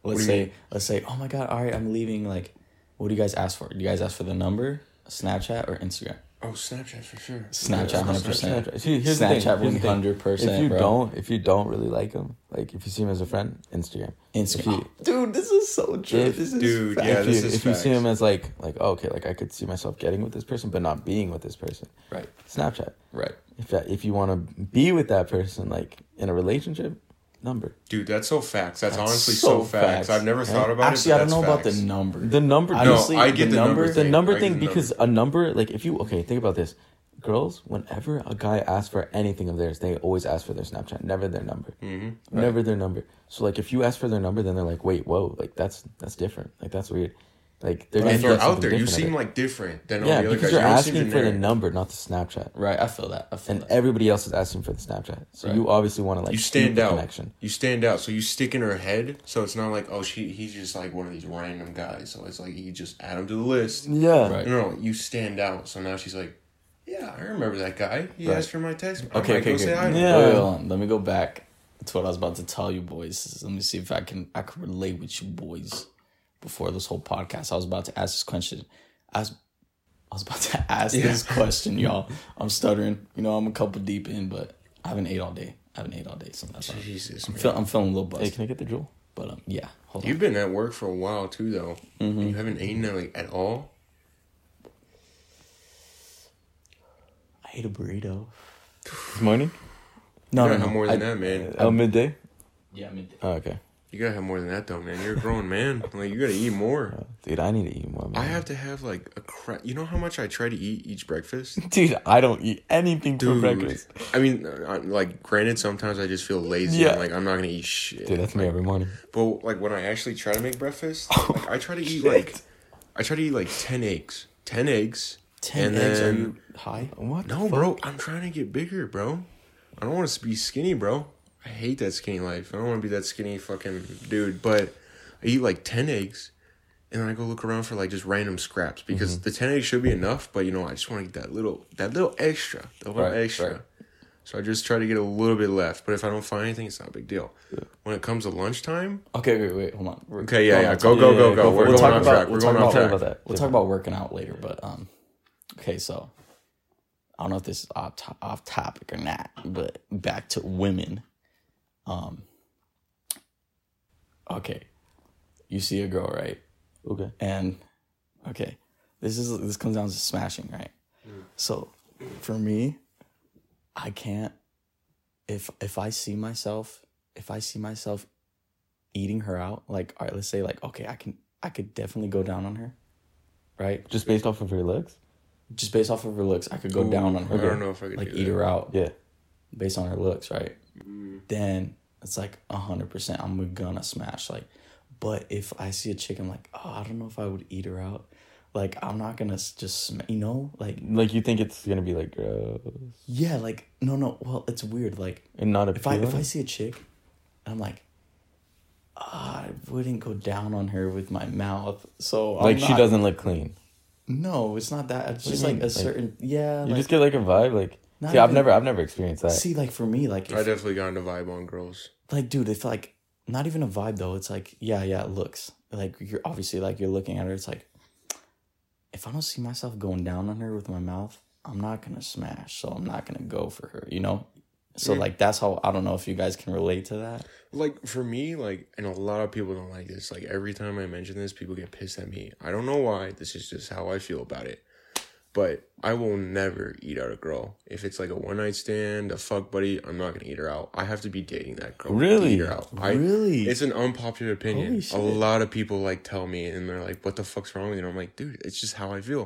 B: Let's
A: do you
B: say, let's say, oh my god, all right, I'm leaving. Like, what do you guys ask for? Do you guys ask for the number, Snapchat, or Instagram?
A: oh, Snapchat for sure.
B: Snapchat, hundred percent.
C: Snapchat. See, here's the thing,
B: Snapchat,
C: here's the
B: one
C: thing.
B: hundred percent.
C: If you don't, if you don't really like him, like if you see him as a friend, Instagram.
B: Instagram.
C: If
B: dude, this is so true.
C: If-
A: Dude,
B: fact.
A: yeah,
C: if
A: this
C: you,
A: is
C: if you see
A: facts.
C: him as like like oh, okay, like I could see myself getting with this person, but not being with this person.
B: Right,
C: Snapchat.
B: right.
C: If that, if you want to be with that person, like in a relationship, number.
A: Dude, that's so facts. That's,
B: That's
A: honestly
B: so
A: so, facts.
B: facts.
A: I've never thought about
B: Actually,
A: it.
B: I
A: but
B: don't know
A: that's
B: about the
A: facts.
B: number.
C: The number.
B: I
C: I
B: don't-
C: just-
B: honestly,
A: no, I get
B: the
A: the, number,
B: number-
C: the
A: thing. I
C: number
A: get
C: thing
A: the
C: because a number like if you okay think about this girls whenever a guy asks for anything of theirs they always ask for their snapchat never their number mm-hmm. never their number so like if you ask for their number then they're like wait whoa like that's that's different like that's weird like they're
A: and
C: gonna
A: you're
C: get
A: out
C: something
A: there. You
C: different of
A: seem
C: it.
A: like different than all
C: yeah
A: the other
C: because
A: guys.
C: you're
A: You don't seem
C: asking for the
A: generic.
C: number not the snapchat
B: Right, I feel that. I feel
C: and
B: that.
C: everybody else is asking for the snapchat so
B: Right.
C: you obviously want to like
A: You
C: keep
A: stand
C: the
A: out.
C: connection
A: You stand out. So you stick in her head. So it's not like, oh, she he's just like one of these random guys. So it's like you just add him to the list.
C: yeah
B: Right.
A: No, you stand out. So now she's like, yeah, I remember that guy. He
C: Right.
A: asked for my text. I
B: Okay,
A: might
B: okay,
A: go say hi
B: okay.
A: to him.
C: Yeah.
B: Wait, wait, hold on. Let me go back to what I was about to tell you boys. Let me see if I can I can relate with you boys before this whole podcast. I was about to ask this question. I was I was about to (laughs) ask this question, y'all. I'm stuttering. You know, I'm a couple deep in, but I haven't ate all day. I haven't ate all day, so that's why
A: Jesus,
B: I'm,
A: man.
B: feel, I'm feeling a little
C: hey
B: buzzed.
C: can i get the jewel
B: But um, yeah, hold on.
A: You've been at work for a while too, though.
C: Mm-hmm.
A: You haven't eaten like at all.
B: I ate a burrito.
C: this morning
B: No,
A: You gotta
B: no, no.
A: have more than
B: I-
A: that, man.
C: oh midday
B: Yeah, I mean,
C: oh, okay
A: You gotta have more than that, though, man. You're a grown man. Like you gotta eat more.
C: dude i need to eat more man.
A: I have to have like a crap. You know how much I try to eat each breakfast.
C: Dude, I don't eat anything for
A: Dude,
C: breakfast.
A: I mean, I- like, granted, sometimes I just feel lazy.
C: Yeah.
A: and like, I'm not gonna eat shit.
C: Dude, that's me every morning.
A: But like, when I actually try to make breakfast, like, I try to eat like, I try to eat like ten eggs, ten eggs,
B: ten
A: and
B: eggs.
A: Then,
B: Are you high?
C: What?
A: No, bro. I'm trying to get bigger, bro. I don't want to be skinny, bro. I hate that skinny life. I don't want to be that skinny fucking dude. But I eat like 10 eggs and then I go look around for like just random scraps because
B: Mm-hmm.
A: the 10 eggs should be enough. But you know, I just want to get that little, that little extra, that little
C: Right,
A: extra.
C: right.
A: So I just try to get a little bit left. But if I don't find anything, it's not a big deal. When it comes to lunchtime,
B: Okay, wait, wait, hold on. We're
A: okay, yeah,
B: going
A: yeah,
B: off
A: go,
B: topic.
A: go,
C: Yeah,
A: go,
C: yeah,
A: go.
C: go for
A: We're
C: it.
B: We'll
A: going
B: talk
A: off track.
B: about
A: We're
B: we'll
A: going
B: talk
A: off
B: about,
A: track.
B: we'll talk about working out later, but um, okay, so I don't know if this is off to- off topic or not, but back to women. Um, okay, you see a girl, right?
C: Okay.
B: And okay, this is this comes down to smashing, right?
A: Mm.
B: So for me, I can't if if I see myself if I see myself eating her out, like all right, let's say like okay, I can I could definitely go down on her, right?
C: Just based off of her looks?
B: Just based off of her looks, I could go
A: Ooh,
B: down on her.
A: I don't know if I could
B: like
A: do
B: eat
A: that.
B: her out
C: Yeah.
B: based on her looks, right?
C: Mm-hmm.
B: Then it's like hundred percent. I'm gonna smash. Like, but if I see a chick, I'm like, oh, I don't know if I would eat her out. Like, I'm not gonna s- just sm- you know, like
C: Like you think it's gonna be like gross
B: yeah, like no, no. Well, it's weird. Like,
C: and not
B: if I
C: appealing.
B: if I see a chick, and I'm like. "Ah, I wouldn't go down on her with my mouth, so I'm
C: like she
B: not-
C: doesn't look clean.
B: No, it's not that. It's
C: do you
B: just like a
C: mean? Like,
B: certain yeah.
C: You
B: like,
C: just get like a vibe, like
B: Not
C: see, I've
B: even-
C: never, I've never experienced that.
B: see, like for me, like
A: I
B: if,
A: definitely gotten a vibe on girls.
B: like dude it's like not even a vibe though it's like yeah yeah it looks like you're obviously like you're looking at her it's like if i don't see myself going down on her with my mouth i'm not gonna smash so i'm not gonna go for her you know so like that's how i don't know if you guys can relate to that
A: Like for me, like, and a lot of people don't like this. Like every time I mention this, people get pissed at me. I don't know why. This is just how I feel about it. But I will never eat out a girl. If it's like a one night stand, a fuck buddy, I'm not gonna eat her out. I have to be dating that girl. to
C: Really?
A: eat her out. I,
B: Really?
A: It's an unpopular opinion.
B: Holy
A: A
B: shit.
A: lot of people like tell me, and they're like, "What the fuck's wrong with you?" And I'm like, "Dude, it's just how I feel.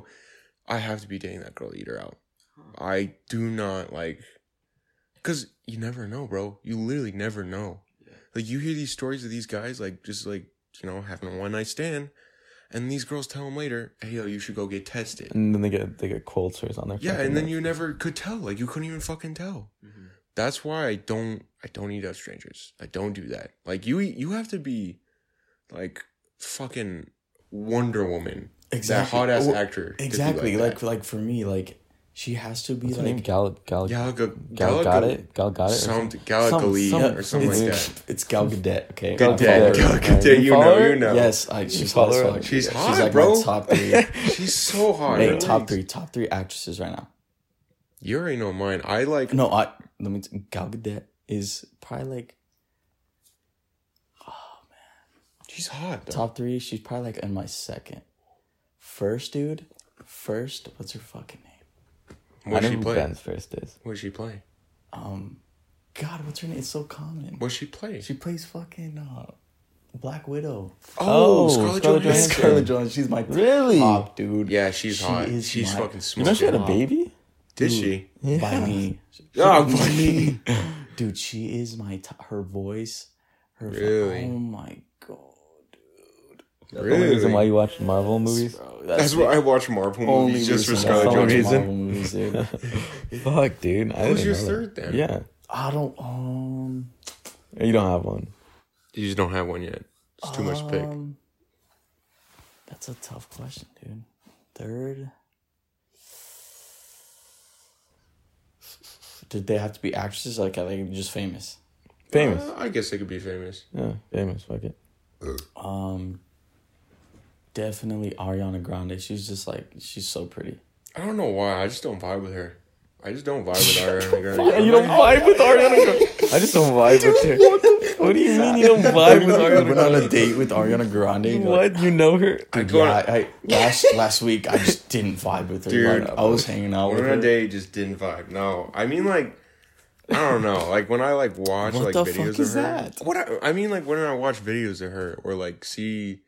A: I have to be dating that girl to eat her out. I do not like." Cause you never know, bro. You literally never know. Like you hear these stories of these guys, like just like you know having a one night stand, and these girls tell them later, "Hey, yo, you should go get tested."
C: and then they get they get cold sores on their.
A: Yeah,
C: fucking
A: and then
C: neck.
A: you never could tell. Like you couldn't even fucking tell. That's why I don't. I don't eat out strangers. I don't do that. Like you, you have to be, like fucking Wonder Woman, that hot ass
B: Well,
A: actor. to be
B: exactly like like,
A: that.
B: for me like she has to be
C: What's her name?
B: like
C: Gal Gal
A: Gal, Ga-
C: Gal
A: Gal,
C: got
A: Ga-
C: it. Gal got it. or
A: Some
C: something?
A: Gal
C: Some-
A: Gadot
C: some-
A: or something like
B: it's,
A: that.
B: it's gal gadot okay
A: Gal
B: I
A: Gadot.
B: follow her.
A: Gal
C: Follow her.
A: Gadot. You
C: Follow
A: know.
C: her?
A: You know.
B: yes I, she's hot
C: follow
B: as
C: her?
B: fuck.
A: She's hot,
B: like my
A: bro. (laughs)
B: top three
A: She's
C: (laughs)
A: so hot.
B: Hey,
A: Relax.
B: top three, top three actresses right now.
A: You already know mine. I like.
B: No, I let me. T- Gal Gadot is probably like
A: She's hot. Though.
B: top three. She's probably like in my second. First, dude. First, what's her fucking name?
C: I
A: What
C: know
A: she
C: who
A: play?
C: Ben's first is.
A: What she play?
B: Um, God, what's her name? It's so common.
A: What she play?
B: She plays fucking uh, Black Widow.
A: Oh,
C: Oh,
A: Scarlett
C: Scarlett
A: Johansson.
C: Johansson.
B: Scarlett Johansson. She's my
C: Really?
B: top dude.
A: Yeah, she's
B: She
A: hot.
B: is
A: She's
B: my-
A: fucking
C: You
A: smoking.
C: know she had a
A: hot.
C: baby.
A: Did she?
B: by me.
A: Oh,
B: By
A: boy.
B: me.
A: (laughs)
B: dude, she is my top. Her voice. Her. vo-
A: Really?
B: oh my god.
C: The only reason why
A: Really?
C: you watch Marvel movies.
B: Bro,
A: That's
B: the
A: why I watch Marvel movies just for
B: reason
C: I
A: Scarlett
B: follow
C: watch
A: Johansson.
B: Marvel movies, (laughs) dude.
C: Fuck, dude.
A: Who's
C: I didn't
A: your
C: know that.
A: third then?
C: Yeah,
B: I don't um
C: you don't have one.
A: You just don't have one yet. It's too much to pick.
B: um, That's a tough question, dude. Third Did they have to be actresses? Like are they just famous?
C: Famous.
A: Uh, I guess they could be famous.
C: Yeah, famous. Fuck it.
B: Um definitely Ariana Grande. She's just like she's so pretty.
A: I don't know why. I just don't vibe with her. I just don't vibe with
C: (laughs)
A: Ariana
C: Yeah,
A: Grande.
C: you don't vibe with Ariana Grande. I just don't vibe with her. What, do you mean
B: (laughs)
C: you don't vibe with
B: I
C: Ariana
B: went on
C: Grande?
B: a date with Ariana Grande. you're like,
C: What? You know her?
A: I go
B: Yeah,
A: on,
B: I, I last last week I just didn't vibe with her.
A: Dude.
B: like, I was hanging out
A: I
B: with
A: went on
B: her.
A: a date, just didn't vibe. No, I mean like, I don't know.
C: (laughs)
A: Like when I like watch
B: What
A: like
B: the
A: videos
B: fuck
A: of
B: is
A: her.
B: that?
A: What I, I mean like when I watch videos of her or like see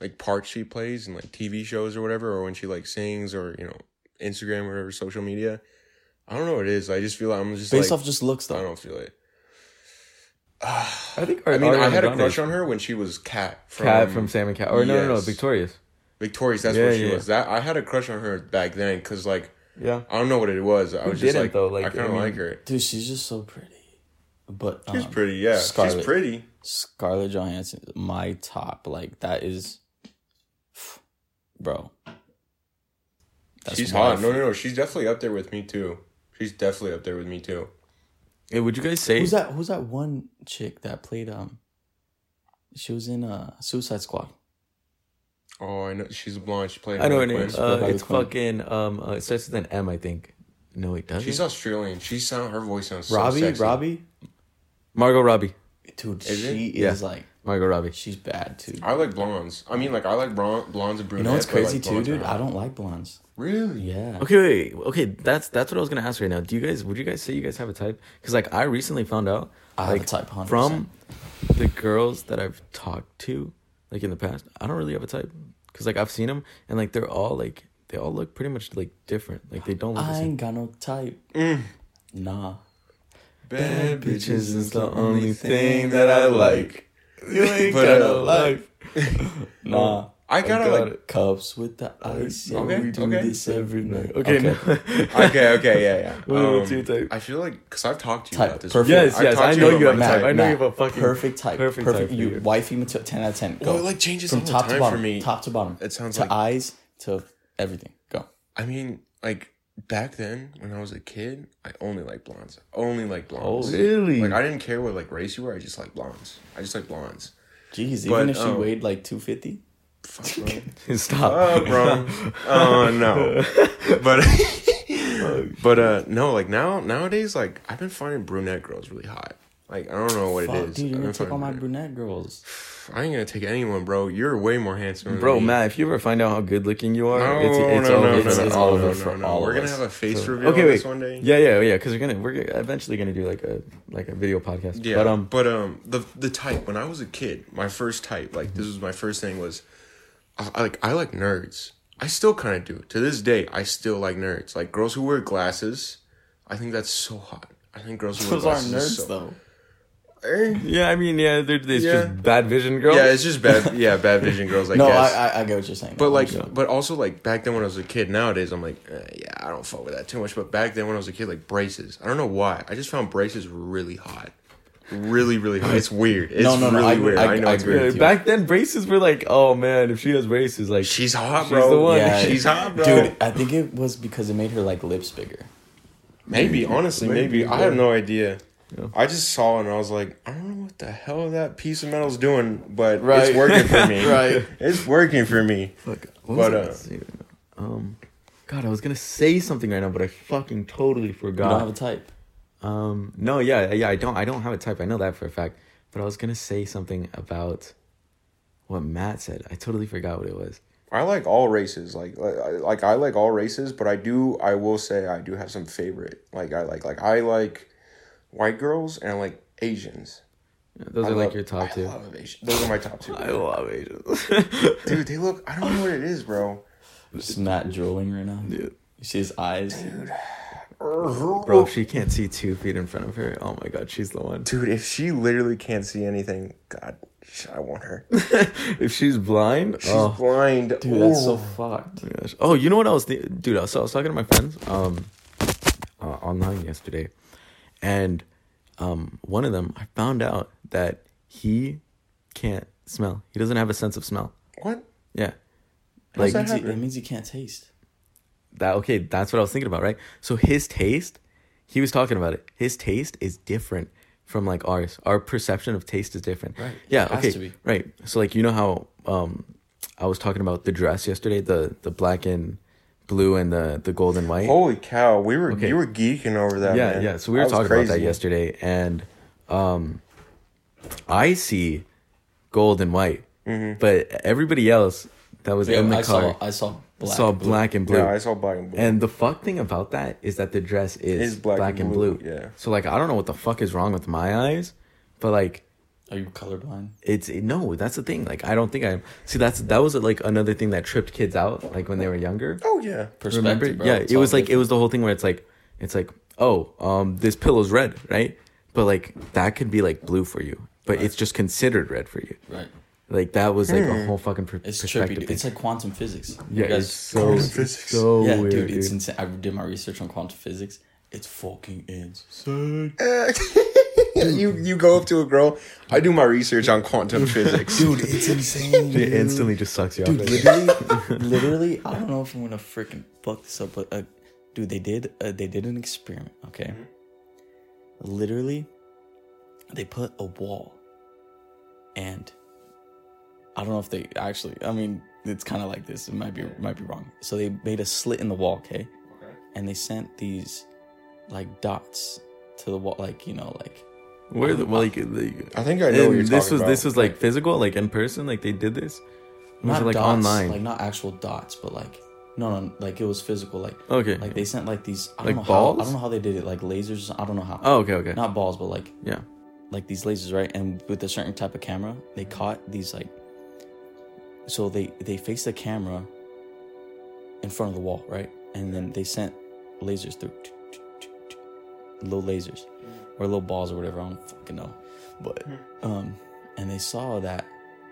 A: like parts she plays and like TV shows or whatever, or when she like sings or you know Instagram or whatever social media. I don't know what it is. I just feel like I'm just
B: Based
A: like,
B: off just looks
A: I
B: though.
A: don't feel it.
C: I think
A: I mean, I
C: Ariana
A: had a
C: Grande
A: crush
C: is
A: on her when she was Cat from
C: Cat from Sam and Cat. Or no, no, no,
A: Yes.
C: Victorious.
A: Victorious. That's
C: Yeah,
A: what she
C: yeah.
A: was. That I had a crush on her back then because like
C: Yeah.
A: I don't know what it was. I
C: Who
A: was just
C: didn't,
A: like,
C: though? Like,
A: I kind
C: I
A: of
C: mean-
A: like her.
B: Dude, she's just so pretty. But
A: She's
B: um,
A: pretty, yeah.
B: Scarlett.
A: She's pretty.
B: Scarlett Johansson, my top. Like that is, bro. That's
A: she's
B: my
A: hot. No,
B: f-
A: no, no. She's definitely up there with me too. She's definitely up there with me too.
C: Hey, would you guys say?
B: Who's that? Who's that one chick that played? Um, she was in uh Suicide Squad.
A: Oh, I know. She's blonde. She played.
C: I know her
A: Harley
C: name.
A: Quinn.
C: Uh,
B: Harley
C: it's
B: Quinn.
C: fucking. Um, uh, it starts with an M, I think. No, it doesn't.
A: she's Australian. She sound. Her voice sounds. So
B: Robbie,
A: sexy.
B: Robbie,
C: Margot Robbie.
B: dude,
A: Is it?
B: she
C: Yeah.
B: is like
C: Margot Robbie.
B: she's bad too.
A: I like blondes. I mean, like I like bron- blondes and brunettes.
B: You know what's
A: but, like,
B: crazy too,
A: blondes are
B: dude?
A: hot.
B: I don't like blondes.
A: really.
B: Yeah.
C: Okay, wait, wait, okay. That's that's what I was gonna ask right now. Do you guys? Would you guys say you guys have a type? Because like I recently found out,
B: I have a
C: like
B: type, 100%.
C: from the girls that I've talked to, like in the past, I don't really have a type. Because like I've seen them and like they're all like they all look pretty much like different. Like they don't look the
B: I
C: same.
B: ain't got no type.
A: Mm.
B: Nah.
A: Bad
C: bitches is the only thing that I like. You ain't got
A: uh,
B: (laughs)
C: a life.
B: Nah.
A: I gotta
C: got
A: like.
C: it.
B: Cups with the ice. yeah,
A: Okay,
B: we do
A: okay.
B: this every night.
C: Okay.
B: Okay.
C: no.
A: Okay, okay, yeah, yeah.
C: Wait, what's your type?
A: I feel like because I've talked to you
B: Type,
A: about this.
B: perfect.
A: before.
C: Yes,
A: I've
C: yes,
A: talked
C: I
A: to
C: know
A: about
C: you have
A: my
C: a type. I know you
B: Matt,
C: have a fucking
B: perfect type.
C: perfect
B: Perfect,
C: type for
B: you,
C: you.
B: wifey material. Ten out of ten. Go.
A: Well, it, like, changes
B: from
A: all the
B: top to
A: time for
B: bottom.
A: me.
B: Top to bottom.
A: It sounds
B: to
A: like-
B: eyes to everything. Go.
A: I mean, like back then when I was a kid, I only liked blondes. I only like
C: Oh,
A: blondes.
C: really?
A: Like I didn't care what like race you were. I just like blondes. I just like blondes.
B: Jeez,
A: But,
B: even if she
A: um,
B: weighed like two fifty.
A: Fuck, bro.
C: (laughs) Stop.
A: (laughs) Fuck, Uh,
C: (laughs)
A: bro. Oh no. But but uh no, like now nowadays, like I've been finding brunette girls really hot. Like I don't know what it
B: Fuck,
A: is.
B: dude, you're
A: I've
B: gonna
A: been
B: take all
A: finding
B: my
A: brunette-
B: brunette girls.
A: I ain't gonna take anyone, bro. You're way more handsome, than
C: Bro,
A: me.
C: Matt, if you ever find out how good looking you are,
A: No,
C: it's, it's
A: no,
C: all
A: no,
C: it's,
A: no,
C: it's
A: no,
C: all
A: no,
C: over
A: no,
C: for
A: no.
C: all
A: We're
C: of
A: gonna
C: us.
A: have a face
C: So-
A: reveal on this one day.
C: Yeah, yeah, yeah. Because we're gonna we're gonna- eventually gonna do like a like a video podcast.
A: Yeah,
C: But um,
A: the the type when I was a kid, my first type, like this was my first thing was, I, I like I like nerds. I still kind of do to this day. I still like nerds, like girls who wear glasses. I think that's so hot. I think girls who wear
B: Those aren't
A: glasses
B: nerds
A: is so-
B: though.
A: Eh,
C: yeah, I mean, yeah, they're, they're
A: Yeah.
C: just bad vision girls.
A: (laughs) Yeah, it's just bad. Yeah, bad vision girls. I
B: No, I,
A: guess.
B: I I get what you're saying.
A: but like, but also like back then when I was a kid. Nowadays, I'm like, eh, yeah, I don't fuck with that too much. But back then when I was a kid, like braces. I don't know why. I just found braces really hot. Really, really hot. It's weird. It's
B: No, no, no,
A: really
B: I-
A: weird.
B: I-
A: I, know
B: I
A: it's
B: agree.
A: weird.
C: Yeah, back then braces were like, oh man, if she has braces, like
A: She's hot,
C: Oh, (laughs) She's
A: bro.
C: the one.
B: Yeah.
A: She's hot, bro.
B: dude, I think it was because it made her like lips bigger.
A: maybe, honestly, maybe.
C: Maybe,
A: I
C: yeah.
A: have no idea.
C: Yeah.
A: I just saw it and I was like, I don't know what the hell that piece of metal's doing, but
B: Right.
A: it's working for
C: (laughs)
A: me.
B: Right.
A: It's working for me.
C: Fuck. What
A: But,
C: was I
A: uh,
C: gonna say right now? um, God, I was gonna say something right now, but I fucking totally
B: You don't have a
C: forgot.
B: type.
C: um, no, yeah, yeah, I don't, I don't have a type. I know that for a fact. But I was gonna say something about what Matt said. I totally forgot what it was.
A: I like all races. Like, like, I- like I like all races, but I do, I will say I do have some favorite. Like, I like, like, I like white girls and I like Asians.
C: Those
A: I
C: are like
A: love-
C: your top
A: I
C: two.
A: love Asian- Those are my top two.
C: love Asians.
A: Dude, they look, I don't know what it is, bro.
B: Just Matt drooling right now.
C: (laughs) Dude.
B: You see his eyes.
C: Bro, if she can't see two feet in front of her, oh my god, she's the one. (laughs)
A: Dude, if she literally can't see anything, God, sh- I want
C: (laughs)
A: her.
C: if she's blind,
A: She's
C: oh
A: blind. Oh,
B: Dude, that's so
A: Ooh.
B: fucked.
C: my gosh. Oh, you know what I was thinking? Dude, I was, so I was talking to my friends um, uh, online yesterday, and um, one of them, I found out that he can't smell. He doesn't have a sense of smell.
A: What?
C: Yeah.
A: How's that
B: That
C: Like,
B: means, he,
A: happen?
B: that means he can't taste.
C: that okay that's what i was thinking about right so his taste he was talking about it his taste is different from like ours our perception of taste is different
B: Right.
C: yeah
B: It has
C: okay
B: to be.
C: right so like you know how um i was talking about the dress yesterday the the black and blue and the the gold and white
A: Holy cow! We were
C: Okay.
A: you were geeking over that.
C: yeah
A: Oh, man.
C: yeah so we
A: That
C: were
A: was
C: talking about that
A: crazy.
C: yesterday and um i see gold and white but everybody else that was in the
B: I
C: car
B: saw. I saw black.
C: saw black and blue
A: Yeah, I saw black and blue.
C: and the fuck thing about that is that the dress is, black, and blue.
A: yeah.
C: So like I don't know what the fuck is wrong with my eyes, but like
B: Are you colorblind?
C: it's it- no, that's the thing. Like I don't think I am. See that's that was like another thing that tripped kids out like when they were younger.
A: oh yeah.
B: Perspective.
C: Remember?
B: Bro.
C: yeah,
B: It's
C: it
B: all
C: was like it
B: different.
C: was the whole thing where it's like it's like oh um this pillow's red right, but like that could be like blue for you, but it's just considered red for you.
B: right.
C: Like that was like a
A: Hmm.
C: whole fucking per-
B: It's trippy.
C: perspective
B: Dude.
C: thing.
B: It's like quantum physics.
C: yeah,
B: You guys-
C: it's so
A: Quantum
C: it's
A: physics.
C: so
B: yeah,
C: weird,
B: dude, it's
C: dude.
B: insane. I did my research on quantum physics. It's fucking insane.
A: (laughs) you you go up to a girl. I do my research on
C: (laughs)
A: quantum physics.
B: Dude, it's insane.
C: It instantly just sucks you off.
B: Dude,
C: (laughs)
B: literally, literally, I don't know if I'm gonna freaking fuck this up, but uh, dude, they did, uh, they did an experiment. Okay,
C: Mm-hmm.
B: literally, they put a wall, and I don't know if they actually. I mean, it's kind of like this. It might be, might be wrong. So they made a slit in the wall. Okay, and they sent these like dots to the wall, like you know, like
C: Where the well, like, like
A: I think I know what you're
C: and this
A: talking
C: was this
A: about.
C: was like physical, like in person, like they did this. Or Was
B: not
C: it like
B: dots,
C: online?
B: like not actual dots, but like no, no, like it was physical, like.
C: okay.
B: Like they sent like these I
C: Like
B: don't know
C: balls?
B: how I don't know how they did it like lasers I don't know how
C: oh, okay, okay.
B: not balls but like
C: yeah.
B: like these lasers right and with a certain type of camera they caught these like so they they faced the camera in front of the wall right and then they sent lasers through little lasers or little balls or whatever I don't fucking know but um and they saw that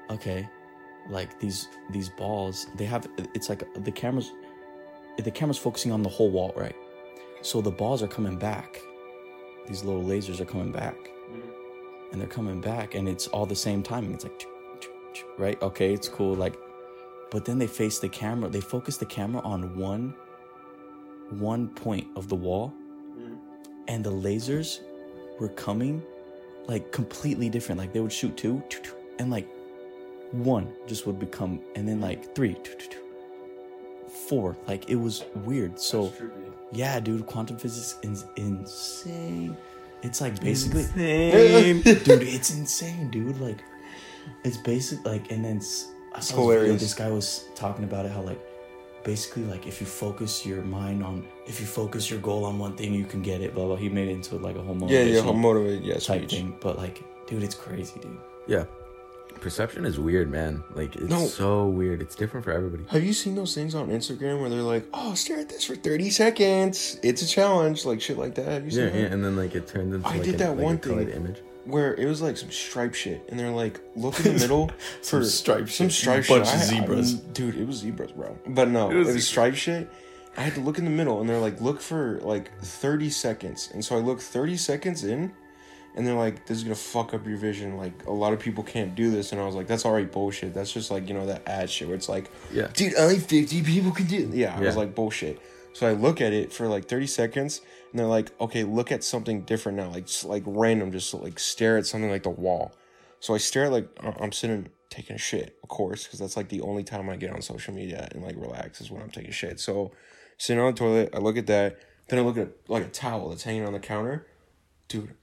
B: okay like these these balls they have it's like the cameras the camera's focusing on the whole wall right so the balls are coming back these little lasers are coming back and they're coming back and it's all the same timing it's like "Tch, tch, tch," right okay it's cool like but then they face the camera they focus the camera on one one point of the wall and the lasers were coming like completely different like they would shoot two tch, tch, and like one just would become and then like three tch, tch, tch, four like it was weird so yeah dude quantum physics is insane it's like basically
A: (laughs)
B: dude it's insane dude like it's basic like and then s- I saw this video,
A: Hilarious.
B: this guy was talking about it how like basically like if you focus your mind on if you focus your goal on one thing you can get it blah blah he made it into like a whole
A: yeah, yeah,
B: motivational
A: I'm motivated. Yeah,
B: type
A: speech.
B: thing but like dude it's crazy dude
C: (laughs) Yeah. Perception is weird, man. Like it's
A: No.
C: so weird. It's different for everybody.
A: Have you seen those things on Instagram where they're like, "Oh, stare at this for 30 seconds. It's a challenge," like shit like that. Have you seen
C: Yeah,
A: that?
C: yeah, and then like it turned into
A: I
C: like,
A: did
C: a,
A: that
C: like
A: one
C: a colored
A: thing.
C: image.
A: Where it was like some stripe shit, and they're like, "Look in the middle
B: (laughs) Some
A: for
B: stripe
A: some
B: shit.
A: stripe
B: Bunch
A: shit."
B: of
A: I-
B: zebras.
A: I- dude. It was zebras, bro. But no, it was, stripe shit. I had to look in the middle, and they're like, "Look for like 30 seconds," and so I looked 30 seconds in. And they're like, this is gonna fuck up your vision. Like, a lot of people can't do this. And I was like, that's already bullshit. That's just like, you know, that ad shit where it's like,
C: Yeah.
A: dude, only 50 people can do Yeah, I was
C: Yeah.
A: like, bullshit. So I look at it for like 30 seconds and they're like, okay, look at something different now. Like, just like random, just like stare at something like the wall. So I stare at like, I- I'm sitting taking a shit, of course, because that's like the only time I get on social media and like relax is when I'm taking shit. So sitting on the toilet, I look at that. Then I look at like a towel that's hanging on the counter. Dude,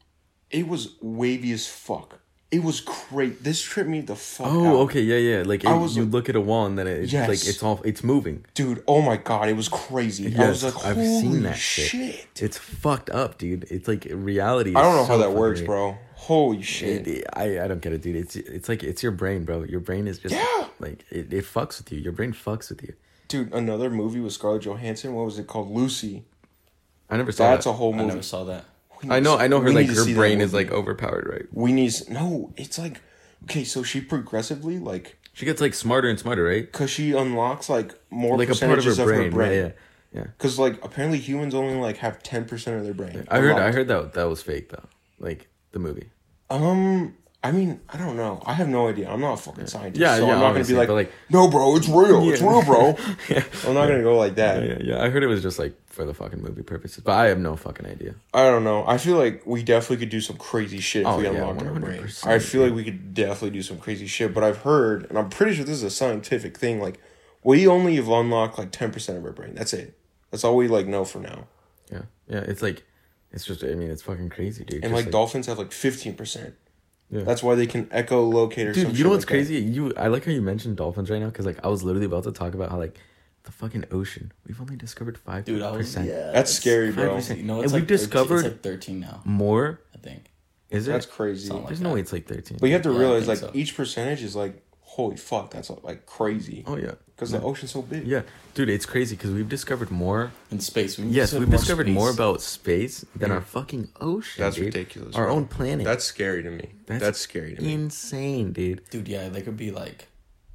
A: it was wavy as fuck. It was great. This tripped me the fuck out.
C: Oh, okay, yeah, yeah. Like it,
A: I was
C: you
A: like-
C: look at a wall and then it, it's
A: Yes.
C: like it's all it's moving.
A: Dude, oh my god, it was crazy. I was
C: Yes,
A: like,
C: I've
A: holy
C: seen that shit.
A: shit.
C: It's fucked up, dude. It's like reality.
A: I don't
C: is
A: know how
C: so
A: that
C: fucking
A: works,
C: weird.
A: bro. Holy shit.
C: It- I, I don't get it, dude. It's it's like it's your brain, bro. Your brain is just
A: Yeah.
C: like it, it fucks with you. Your brain fucks with you.
A: Dude, another movie with Scarlett Johansson. What was it called? Lucy.
C: I never saw
A: That's
C: that.
A: a whole
B: I
A: movie.
B: never saw that
A: We
C: I know,
A: need-
C: I know her
A: we
C: like
A: need to
C: her
A: see that
C: brain is
A: movie.
C: like overpowered, right?
A: We need. No, it's like. Okay, so she progressively, like.
C: She gets like smarter and smarter, right?
A: Because she unlocks, like, more
C: Like a part of
A: percentages
C: her
A: of her brain.
C: brain. Yeah, yeah. yeah.
A: Because, like, apparently humans only, like, have 10% of their brain.
C: I heard I
A: unlocked.
C: heard that that was fake though. Like the movie.
A: Um, I mean, I don't know. I have no idea. I'm not a fucking scientist.
C: Yeah,
A: so
C: yeah,
A: I'm not gonna
C: obviously,
A: be like,
C: but, like-
A: no, bro, it's real. It's
C: Yeah.
A: real, bro.
C: (laughs) yeah.
A: I'm not gonna go like that.
C: Yeah, yeah. I heard it was just like for the fucking movie purposes, but I have no fucking idea.
A: I don't know. I feel like we definitely could do some crazy shit if
C: Oh,
A: we
C: yeah,
A: unlocked our brain.
C: 100%,
A: I feel like we could definitely do some crazy shit. But I've heard, and I'm pretty sure this is a scientific thing. Like, we only have unlocked like 10 percent of our brain. That's it. That's all we like know for now.
C: Yeah, yeah. It's like, it's just. I mean, it's fucking crazy, dude.
A: And
C: Just,
A: like, dolphins have like 15 percent.
C: Yeah.
A: That's why they can echolocate or some
C: dude, you
A: shit
C: know what's
A: like that.
C: crazy? You, I like how you mentioned dolphins right now because like I was literally about to talk about how like the fucking ocean. We've only discovered five
B: dude I was
C: percent.
B: yeah
A: That's scary, bro.
C: 5%.
B: you know
C: And
B: it's
C: we've
B: like 13
C: discovered-
B: it's like 13 now
C: More
B: I think
C: is it?
A: That's crazy. Oh
B: Something like
C: There's no way it's like thirteen.
A: But you have to
B: Yeah, I
A: realize, like,
B: think so.
A: each percentage is like holy fuck, that's like crazy.
C: Oh yeah.
A: Because the ocean's so big.
C: Yeah, dude, it's crazy because we've discovered more.
B: in space. We've
C: Yes, we've discovered
B: space.
C: more about space than
A: Mhm.
C: our fucking ocean.
A: That's
C: dude.
A: ridiculous,
C: Our
A: bro.
C: own planet.
A: That's scary to me. That's, scary to me.
C: Insane, dude.
B: dude. Yeah, they could be like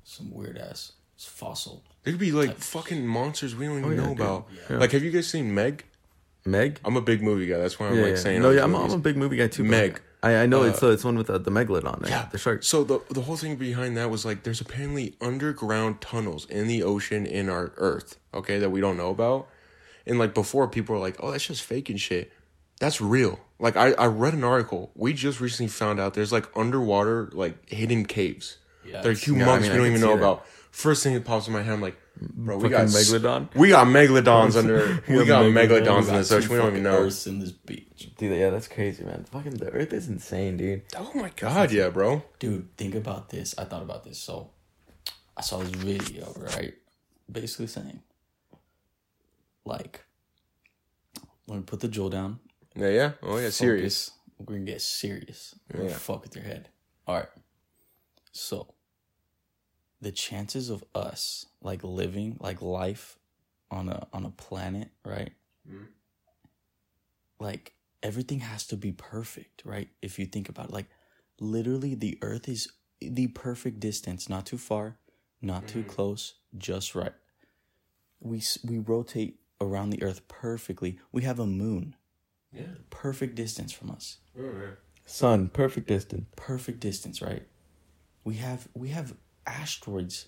B: some weird ass fossil.
A: there could be like fucking monsters we don't even
C: Oh, yeah,
A: know
C: dude.
A: about.
C: Yeah.
A: Like, have you guys seen Meg?
C: Meg.
A: I'm a big movie guy. That's why I'm
C: Yeah,
A: like
C: yeah.
A: saying.
C: no,
A: all
C: yeah,
A: these
C: I'm, a-
A: movies.
C: I'm a big movie guy too. but
A: Meg.
C: I, I know it's uh, it's one with uh, the megalodon, yeah, the shark.
A: So the the whole thing behind that was like there's apparently underground tunnels in the ocean in our Earth, okay, that we don't know about. And like before, people were like, "Oh, that's just fake and shit." That's real. Like I I read an article. We just recently found out there's like underwater like hidden caves.
B: Yeah.
A: They're humongous.
C: Yeah, I mean, I
A: we don't
C: can
A: even
C: see
A: know
C: that.
A: about. First thing that pops in my head, I'm like, "Bro, we got
C: Fucking
A: s-
C: megalodon.
A: We got megalodons under. We
C: (laughs) We
A: got
C: got megalodons
A: megalodons in
B: got
A: this
B: two
A: ocean. We don't even
B: fucking
A: know.
B: Earths in this beach,
C: Dude, yeah, that's crazy, man. Fucking the Earth is insane, dude.
A: Oh my god, yeah, bro.
B: dude. Think about this. I thought about this. So, I saw this video, right? Basically saying, like, when we put the jewel down,
A: Yeah, yeah. Oh yeah, serious.
B: Focus. We're gonna get serious. We're
A: Yeah.
B: gonna fuck with your head. All right. So, the chances of us like living like life on a on a planet, right?
A: Mhm.
B: Like everything has to be perfect, right? If you think about it, like literally the Earth is the perfect distance, not too far, not too
A: Mhm.
B: close, just right. We s- we rotate around the Earth perfectly. We have a moon
A: Yeah.
B: perfect distance from us
C: Sun, perfect distance.
B: perfect distance right we have we have asteroids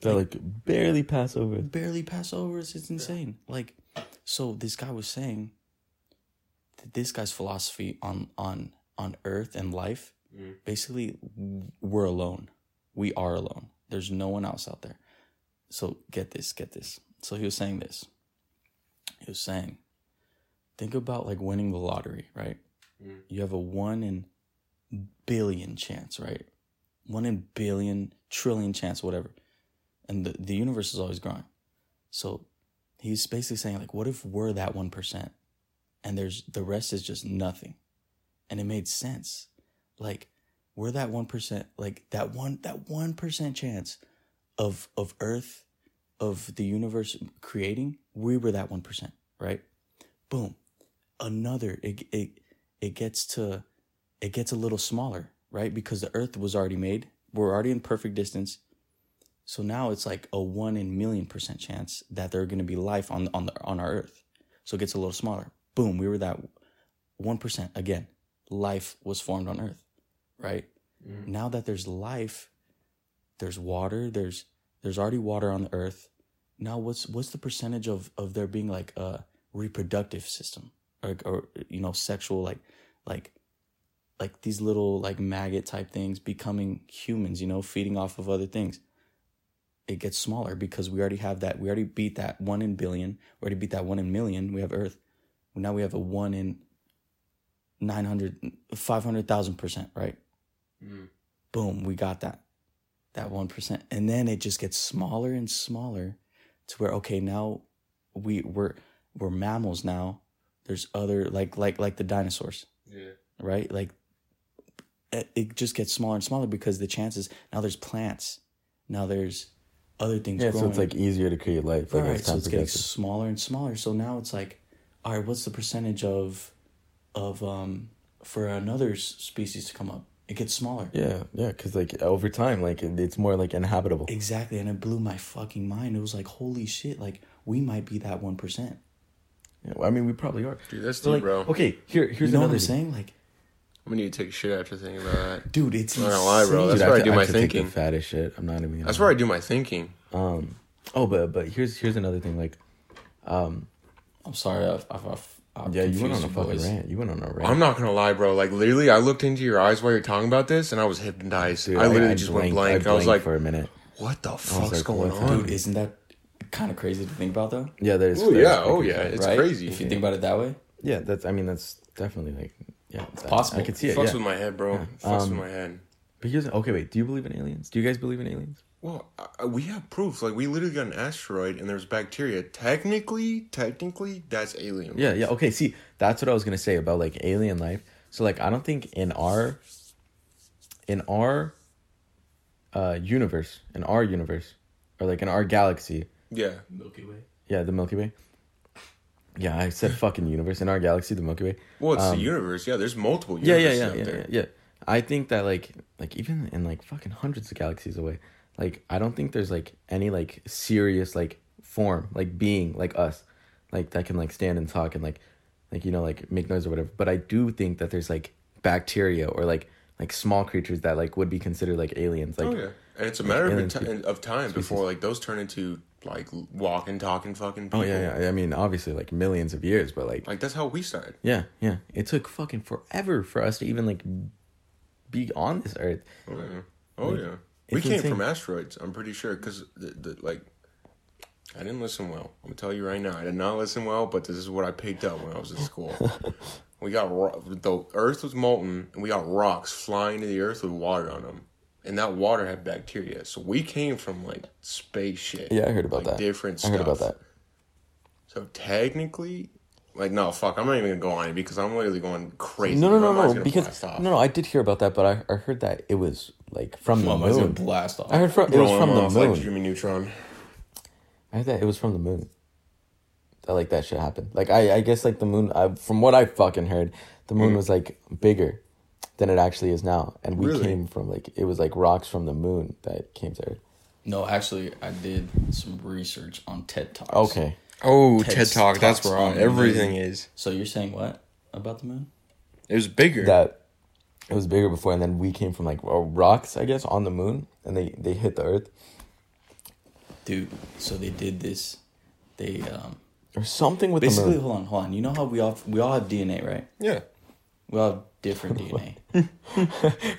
C: They like barely pass over.
B: barely pass over us it's insane like so this guy was saying that this guy's philosophy on on on earth and life
A: Mm.
B: basically we're alone we are alone there's no one else out there so get this get this so he was saying this he was saying think about like winning the lottery right
A: Mm.
B: you have a one in billion chance right one in billion trillion chance whatever and the, the universe is always growing so he's basically saying like what if we're that 1% and there's the rest is just nothing and it made sense like we're that 1% like that one that 1% chance of of earth of the universe creating we were that 1% right boom another it it, it gets to it gets a little smaller right because the earth was already made we're already in perfect distance so now it's like a one in million percent chance that there are going to be life on on the, on our Earth. So it gets a little smaller. Boom, we were that one percent again. Life was formed on Earth, right?
A: Mhm.
B: Now that there's life, there's water. There's there's already water on the Earth. Now what's what's the percentage of of there being like a reproductive system or or you know sexual like like like these little like maggot type things becoming humans, you know, feeding off of other things it gets smaller because we already have that. We already beat that one in billion. We already beat that one in million. We have Earth. Now we have a one in 900, 500,000%, right?
A: Mm.
B: Boom, we got that. That 1%. And then it just gets smaller and smaller to where, okay, now we, we're, we're mammals now. There's other, like, like, like the dinosaurs
A: Yeah.
B: right? Like it- it just gets smaller and smaller because the chances now there's plants, now there's other things
C: Yeah,
B: growing.
C: so it's like easier to create life. Like
B: right,
C: as
B: so
C: time
B: it's getting
C: progresses.
B: smaller and smaller. So now it's like, all right, what's the percentage of, of um, for another s- species to come up? It gets smaller.
C: Yeah, yeah, because like over time, like it- it's more like inhabitable.
B: Exactly, and it blew my fucking mind. It was like, holy shit! Like we might be that one percent.
C: Yeah, I mean, we probably are.
A: Dude, that's
C: So,
A: deep,
C: like,
A: bro.
C: Okay, here,
B: You
C: here's
B: know what
C: another
B: I'm
C: thing.
B: saying? Like,
A: I'm gonna need to take a shit after thinking about that.
B: dude, it's
A: Not
B: insane.
A: gonna lie, bro. That's
C: Dude,
A: where I
C: could-
A: do my
C: could take the
A: thinking.
C: fattest shit. I'm not even. Gonna
A: That's where I do my thinking.
C: Um. Oh, but but here's here's another thing. Like, um.
B: I'm sorry, I've, I've, I've, I've
C: Yeah, you went on
B: confused
C: a
B: you
C: fucking
B: boys.
C: rant. You went on a rant.
A: I'm not gonna lie, bro. Like literally, I looked into your eyes while you're talking about this, and I was hypnotized.
C: Dude,
A: I literally just
C: blanked-
A: went blank. I, was
C: blanked
A: like,
C: for a minute.
A: "What the fuck's
C: like,
A: going
C: what the-
A: on?"
B: Dude, isn't that kind of crazy to think about though?
C: Yeah, that is.
A: oh
C: that is
A: yeah, oh
C: fucking
A: yeah,
C: fat.
A: it's
B: right?
A: crazy.
B: If you think about it that way,
C: Yeah, that's. I mean, that's definitely like. Yeah, it's
B: possible.
C: I could see it.
A: fucks
C: Yeah. Um,
A: with my head, bro. Fucks with my head.
C: But here's okay. Wait, do you believe in aliens? Do you guys believe in aliens?
A: Well, I- I, we have proof. Like we literally got an asteroid, and there's bacteria. Technically, technically, that's alien.
C: Yeah, yeah. Okay, see, that's what I was gonna say about like alien life. So like, I don't think in our in our uh, universe, in our universe, or like in our galaxy.
A: Yeah.
B: Milky Way.
C: Yeah, the Milky Way. Yeah, I said fucking universe in our galaxy, the Milky Way.
A: Well, it's
C: Um,
A: the universe. Yeah, there's multiple
C: Yeah, yeah,
A: universes
C: yeah,
A: out
C: yeah,
A: there.
C: yeah, yeah. I think that like like even in like fucking hundreds of galaxies away, like I don't think there's like any like serious like form like being like us, like that can like stand and talk and like like you know like make noise or whatever. But I do think that there's like bacteria or like like small creatures that like would be considered like aliens. Like
A: oh yeah, and it's a matter of,
C: alien
A: ti-
C: spe-
A: of time before like those turn into like walking, talking, fucking. People.
C: oh yeah, yeah. I mean obviously like millions of years, but like
A: Like that's how we started.
C: Yeah, yeah. It took fucking forever for us to even like be on this earth.
A: Oh yeah. Oh yeah. We
C: it's
A: came
C: insane.
A: from asteroids. I'm pretty sure because the, the like. I didn't listen well. I'm gonna tell you right now. I did not listen well, but this is what I picked up when I was
C: (laughs)
A: in school. we got ro- the Earth was molten, and we got rocks flying to the Earth with water on them, and that water had bacteria. So we came from like space shit.
C: Yeah, I heard about
A: like,
C: that.
A: Different.
C: I
A: Stuff.
C: heard about that.
A: So technically, like no, fuck, I'm not even gonna go on it because I'm literally going crazy.
C: No, no,
A: My mind's
C: no, no.
A: gonna
C: Because
A: blast off.
C: no, no. I did hear about that, but I, I heard that it was like from the
B: My mind's gonna
C: moon.
B: blast off.
C: I heard from it was
A: Blowing
C: from
A: them
C: the
A: off like
C: moon.
A: Jimmy Neutron.
C: I heard that it was from the moon. That like that shit happened. Like I, I guess like the moon. I, from what I fucking heard, the moon was like bigger than it actually is now, and we
A: Really?
C: came from like it was like rocks from the moon that came to earth.
B: No, actually, I did some research on TED Talks.
C: Okay.
A: Oh,
B: TED Talk, that's where all- everything
A: is.
B: So you're saying what about the moon?
A: It was bigger.
C: that it was bigger before, and then we came from like uh, rocks, I guess, on the moon, and they they hit the Earth
B: Dude, so they did this. They um
C: or something with the
B: basically
C: moon.
B: hold on, hold on. You know how we all we all have DNA, right?
A: yeah.
B: We all have
C: (laughs)
B: different DNA.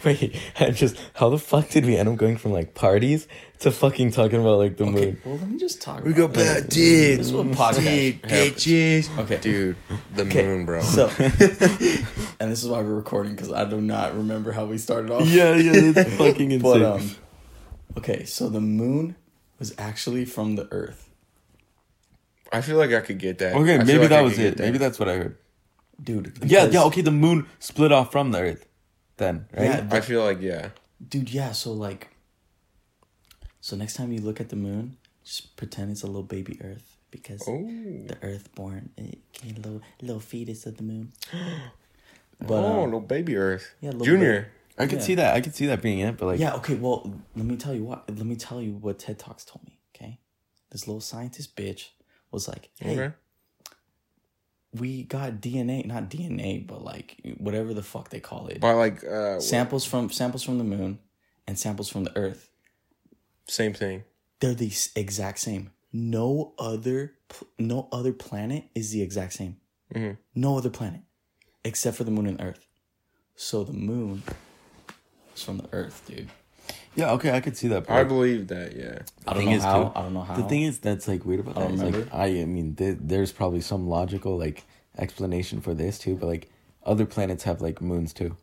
C: Wait, I'm just how the fuck did we end up going from like parties to fucking talking about like the
B: Okay,
C: moon?
B: well let me just talk.
A: We go
B: about it.
A: back, dude.
B: This is what podcast
A: Dude,
B: happens.
A: bitches.
B: Okay.
A: Dude, the moon, bro.
C: (laughs)
B: So, (laughs) and this is why we're recording because I do not remember how we started off.
C: (laughs) yeah, that's (laughs) fucking insane.
B: But um, okay, so the moon was actually from the Earth,
A: I feel like I could get that. I
C: okay,
A: feel
C: maybe
A: like I
C: that
A: could
C: was
A: get
C: it. Maybe that's what I heard.
B: dude.
C: Yeah,
B: because-
C: yeah. Okay, the moon split off from the Earth, then right?
B: Yeah.
A: I feel like yeah.
B: dude. Yeah, so like, so next time you look at the moon, just pretend it's a little baby Earth because
A: Oh.
B: the Earthborn, it came little little fetus of the moon. But
A: oh,
B: um,
A: little baby Earth.
B: yeah, little
A: Junior.
C: I could
B: Yeah.
C: see that. I could see that being it, but like,
B: yeah, okay. Well, let me tell you what. Let me tell you what TED Talks told me. Okay, this little scientist bitch was like, "Hey,
A: Okay.
B: we got DNA, not DNA, but like whatever the fuck they call it.
A: By like uh
B: samples from samples from the moon and samples from the earth.
A: same thing.
B: They're the s- exact same. No other pl- no other planet is the exact same.
A: Mhm.
B: No other planet except for the moon and earth. So the moon is from the earth, dude.
C: yeah, okay, I could see that. but,
A: I
C: like,
A: believe that, yeah.
B: I don't
C: thing
B: know
C: is,
B: how.
C: too,
B: I don't know how.
C: The thing is, that's like weird about
B: I
C: that.
B: don't
C: Is, like,
B: remember.
C: I, I mean, th- there's probably some logical like explanation for this too, but like other planets have like moons too.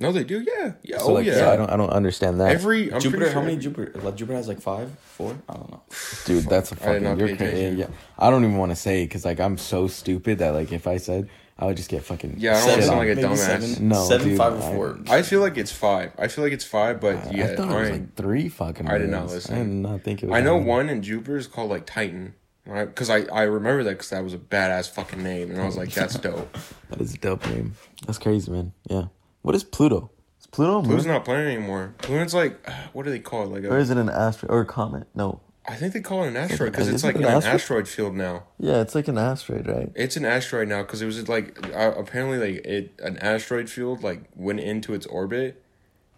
A: No, they do, yeah. Yeah.
C: So
A: oh
C: like,
A: yeah.
C: so I don't, I don't understand that,
A: Every I'm
B: Jupiter.
A: pretty
B: How
A: sure
B: many
A: every-
B: Jupiter? Like Jupiter has like five, four. I don't know.
C: dude. That's a
A: I did
C: fucking.
A: not
C: You're
A: pay
C: crazy. Yeah,
A: attention.
C: yeah. I don't even want to say because like I'm so stupid that like if I said, I would just get fucking.
A: Yeah, I don't wanna
C: shit
A: sound
C: on.
A: like a
B: maybe
A: dumbass.
B: Seven,
C: No,
B: seven,
C: dude,
B: five, or
C: I-
B: four.
A: I feel like it's five. I feel like it's five, but yeah,
C: Uh, I thought it was
A: I-
C: like three fucking.
A: I did not
C: moons.
A: listen.
C: I did not think it was.
A: I
C: that
A: know
C: many.
A: one in Jupiter is called like Titan, right? Because I, I remember that because that was a badass fucking name, and I was like,
C: (laughs)
A: that's dope.
C: That is a dope name. That's crazy, man. Yeah. What is Pluto? Is Pluto a moon?
A: Pluto's not planet anymore. Pluto's like, (sighs) uh, what do they call it? Like,
C: or
A: a,
C: is it an asteroid or a comet? No.
A: I think they call it an asteroid because it's
C: Isn't
A: like
C: it
A: in
C: an
A: an
C: asteroid?
A: asteroid field now.
C: Yeah, it's like an asteroid, right?
A: It's an asteroid now because it was like uh, apparently like it an asteroid field like went into its orbit,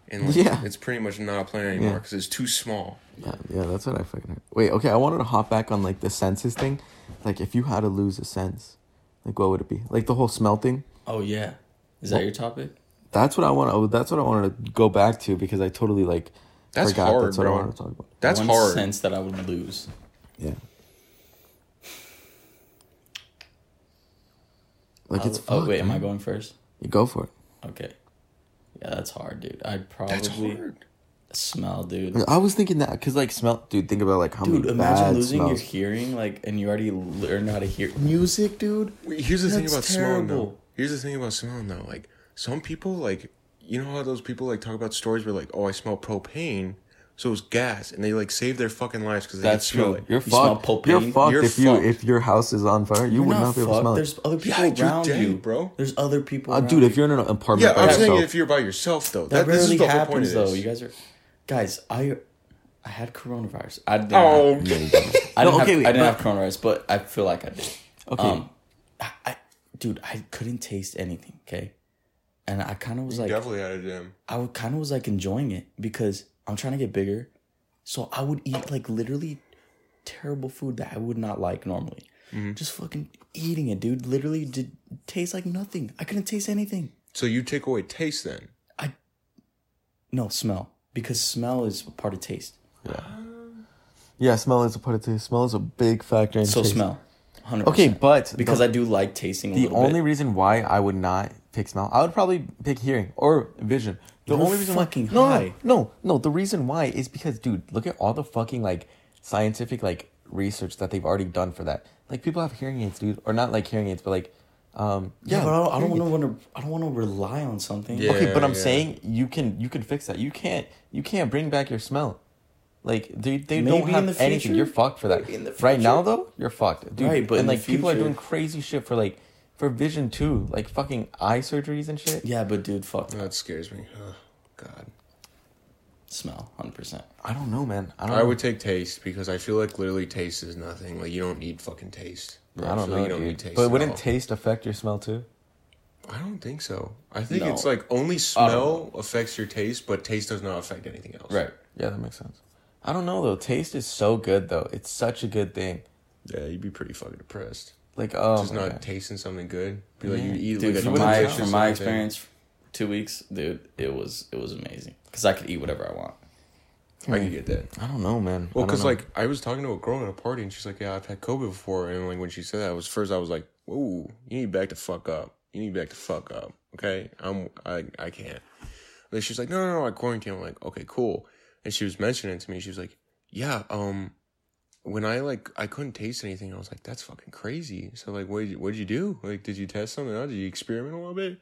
A: and like,
C: Yeah.
A: it's pretty much not a planet anymore because it's too small.
C: Yeah, yeah, that's what I fucking heard. Wait, okay, I wanted to hop back on like the senses thing. Like, if you had to lose a sense, like what would it be? Like the whole smell thing.
B: Oh yeah, is that your topic?
C: That's what I want. oh, That's what I wanted to go back to because I totally like
A: That's hard,
C: that's what I
A: bro.
C: wanted to talk about.
A: That's
B: One
A: hard.
B: sense that I would lose.
C: Yeah. Like it's
B: oh
C: fucked,
B: wait, am I
C: man.
B: going first?
C: You go for it.
B: Okay. Yeah, that's hard, dude. I'd probably
A: That's hard.
B: smell, dude.
C: I was thinking that because like smell, dude. Think about like how
B: Dude,
C: many
B: imagine
C: bad
B: losing
C: smells.
B: your hearing, like, and you already learned how to hear music, dude.
A: Wait, Here's the thing
B: That's
A: about smelling though.
B: terrible.
A: Here's the thing about smelling though. Like some people like you know how those people like talk about stories where like, oh I smell propane. So it was gas, and they like saved their fucking lives because they could smell it.
C: You're
B: You smell
C: fucked.
B: propane?
C: You're fucked
A: You're
C: if you
A: fucked.
C: if your house is on fire, you
B: You're
C: would not, be able
B: fucked.
C: to smell it.
B: There's other people
A: Yeah, you're
B: around
A: dead,
B: you,
A: bro.
B: There's other people.
C: Uh,
B: around
C: dude,
B: you.
C: if you're in an apartment
A: Yeah,
C: by
A: I'm saying
C: yourself,
A: if you're by yourself though. That,
B: that
A: this
B: rarely
A: is the whole point
B: happens
A: of
B: though.
A: this.
B: You guys are, guys. I, I had coronavirus. I did
A: Oh,
B: not.
A: okay.
B: I didn't,
C: No, okay,
B: have,
C: wait,
B: I didn't
C: but-
B: have coronavirus, but I feel like I did.
C: okay,
B: Um, I, I, dude, I couldn't taste anything. Okay, and I kind of was like,
A: definitely had a damn.
B: I kind of was like enjoying it because I'm trying to get bigger, so I would eat like literally terrible food that I would not like normally.
C: Mm-hmm.
B: Just fucking eating it, dude. Literally, did taste like nothing. I couldn't taste anything.
A: So you take away taste then.
B: No smell because smell is a part of taste.
C: yeah, smell is a part of taste. Smell is a big factor in
B: So
C: taste.
B: smell, hundred.
C: Okay, but
B: because
C: the,
B: I do like tasting. A
C: the
B: little
C: only
B: bit.
C: reason why I would not pick smell, I would probably pick hearing or vision. The
B: You're
C: only reason
B: fucking
C: why, no,
B: high.
C: No, no, no, the reason why is because, dude, look at all the fucking like scientific like research that they've already done for that. Like people have hearing aids, dude, or not like hearing aids, but like, um,
B: yeah, but I don't, I
C: hearing
B: don't want to. I don't want to rely on something.
A: Yeah.
C: Okay, but I'm
A: yeah.
C: saying you can you can fix that. You can't you can't bring back your smell. Like they they don't
B: Maybe in
C: have
B: the
C: anything.
B: future.
C: You're fucked for that.
B: Maybe in the
C: Right now
B: future.
C: though, you're fucked, dude.
B: Right, but
C: and
B: in the
C: like people are
B: future-
C: doing crazy shit for like for vision too, like fucking eye surgeries and shit.
B: Yeah, but dude, fuck
A: That scares me. Ugh, God.
B: smell, hundred percent.
C: I don't know, man. I don't.
A: I
C: know.
A: would take taste because I feel like literally taste is nothing. Like you don't need fucking taste. Bro,
C: I don't
A: feel like
C: know,
A: you don't need
C: dude.
A: taste
C: but
A: at
C: wouldn't
A: all.
C: taste affect your smell too?
A: I don't think so. I think
B: No.
A: it's like only
B: don't
A: smell affects your taste, but taste does not affect anything else.
C: Yeah, that makes sense. I don't know though. Taste is so good though. It's such a good thing.
A: Yeah, you'd be pretty fucking depressed.
C: Like oh,
A: Just
C: my
A: not
C: God.
A: tasting something good. Be like you eat
B: Dude,
A: like
B: from
A: a
B: my
A: delicious
B: from my
A: something.
B: experience, two weeks, dude, it was it was amazing because I could eat whatever I want.
A: I could get that.
C: I don't know, man. I
A: Well,
C: don't
A: because
C: know.
A: like I was talking to a girl at a party, and she's like, "Yeah, I've had COVID before." And like when she said that, I was first I was like, "Whoa, you need to back the fuck up. You need to back the fuck up." Okay, I'm I I can't. And then she's like, "No, no, no, I quarantined." I'm like, "Okay, cool." And she was mentioning it to me. She was like, "Yeah, um, when I like I couldn't taste anything, I was like, that's fucking crazy." So like, what did you, what did you do? Like, did you test something out? Did you experiment a little bit?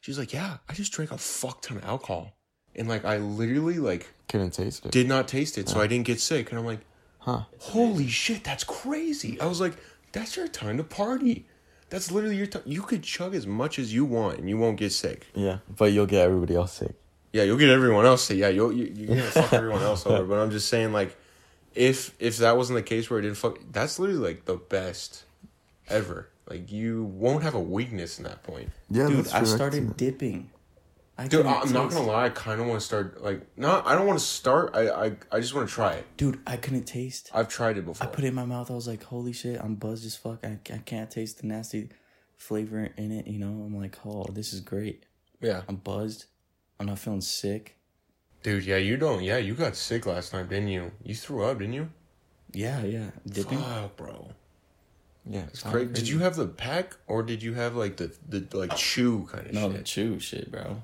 A: She's like, "Yeah, I just drank a fuck ton of alcohol." And like I literally like
C: couldn't taste it.
A: did not taste it, so I didn't get sick. And I'm like,
C: Huh.
A: holy shit, that's crazy. I was like, that's your time to party. That's literally your time. You could chug as much as you want and you won't get sick.
C: Yeah, but you'll get everybody else sick.
A: Yeah, you'll get everyone else sick. Yeah, you'll, you, you're going to fuck everyone else over. But I'm just saying, like, if if that wasn't the case where it didn't fuck, that's literally like the best ever. Like, you won't have a weakness in that point.
C: Yeah,
B: Dude, I started dipping. I
A: Dude,
B: couldn't
A: I'm not
B: taste-
A: going to lie. I kind of want to start, like, not, I don't want to start. I, I, I just want to try it.
B: Dude, I couldn't taste.
A: I've tried it
B: I
A: before.
B: put it in my mouth. I was like, holy shit, I'm buzzed as fuck. I, I can't taste the nasty flavor in it. You know, I'm like, oh, this is great.
A: yeah.
B: I'm buzzed. I'm not feeling sick.
A: Dude, yeah, you don't. Yeah, you got sick last time, didn't you? You threw up, didn't you?
B: Yeah, yeah, dipping.
A: Fuck, bro.
C: Yeah,
A: It's crazy. Did you have the pack or did you have like the, the like chew kind of
B: No, the
A: shit?
B: chew shit, bro.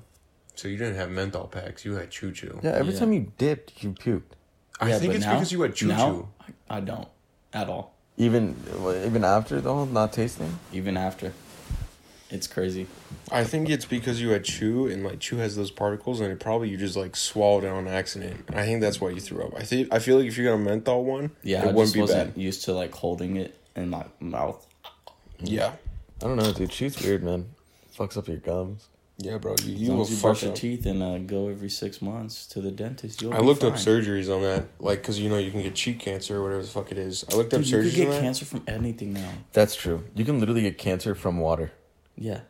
A: So you didn't have menthol packs. You had choo choo.
C: Yeah, every
B: Yeah.
C: time you dipped, you puked.
A: I
B: yeah,
A: think
B: but
A: it's
B: now-
A: because you had choo choo.
B: now, I, I don't at all.
C: Even even after the whole not tasting.
B: even after. It's crazy.
A: I think it's because you had chew and like chew has those particles and it probably you just like swallowed it on accident. I think that's why you threw up. I think I feel like if you got a menthol one,
B: Yeah,
A: it
B: I
A: wouldn't
B: just
A: be
B: wasn't
A: bad.
B: used to like holding it in my mouth.
A: Yeah.
C: I don't know, dude. Chew's weird, man. Fucks up your gums.
A: Yeah, bro. You,
B: As
A: you
B: long
A: will
B: as you
A: fuck
B: brush your
A: up.
B: teeth and uh, go every six months to the dentist, you'll.
A: I
B: be
A: looked up
B: fine.
A: surgeries on that, like, because you know you can get cheek cancer or whatever the fuck it is. I looked up
B: Dude, you
A: surgeries.
B: could get
A: on that.
B: cancer from anything now.
C: That's true. You can literally get cancer from water.
B: Yeah,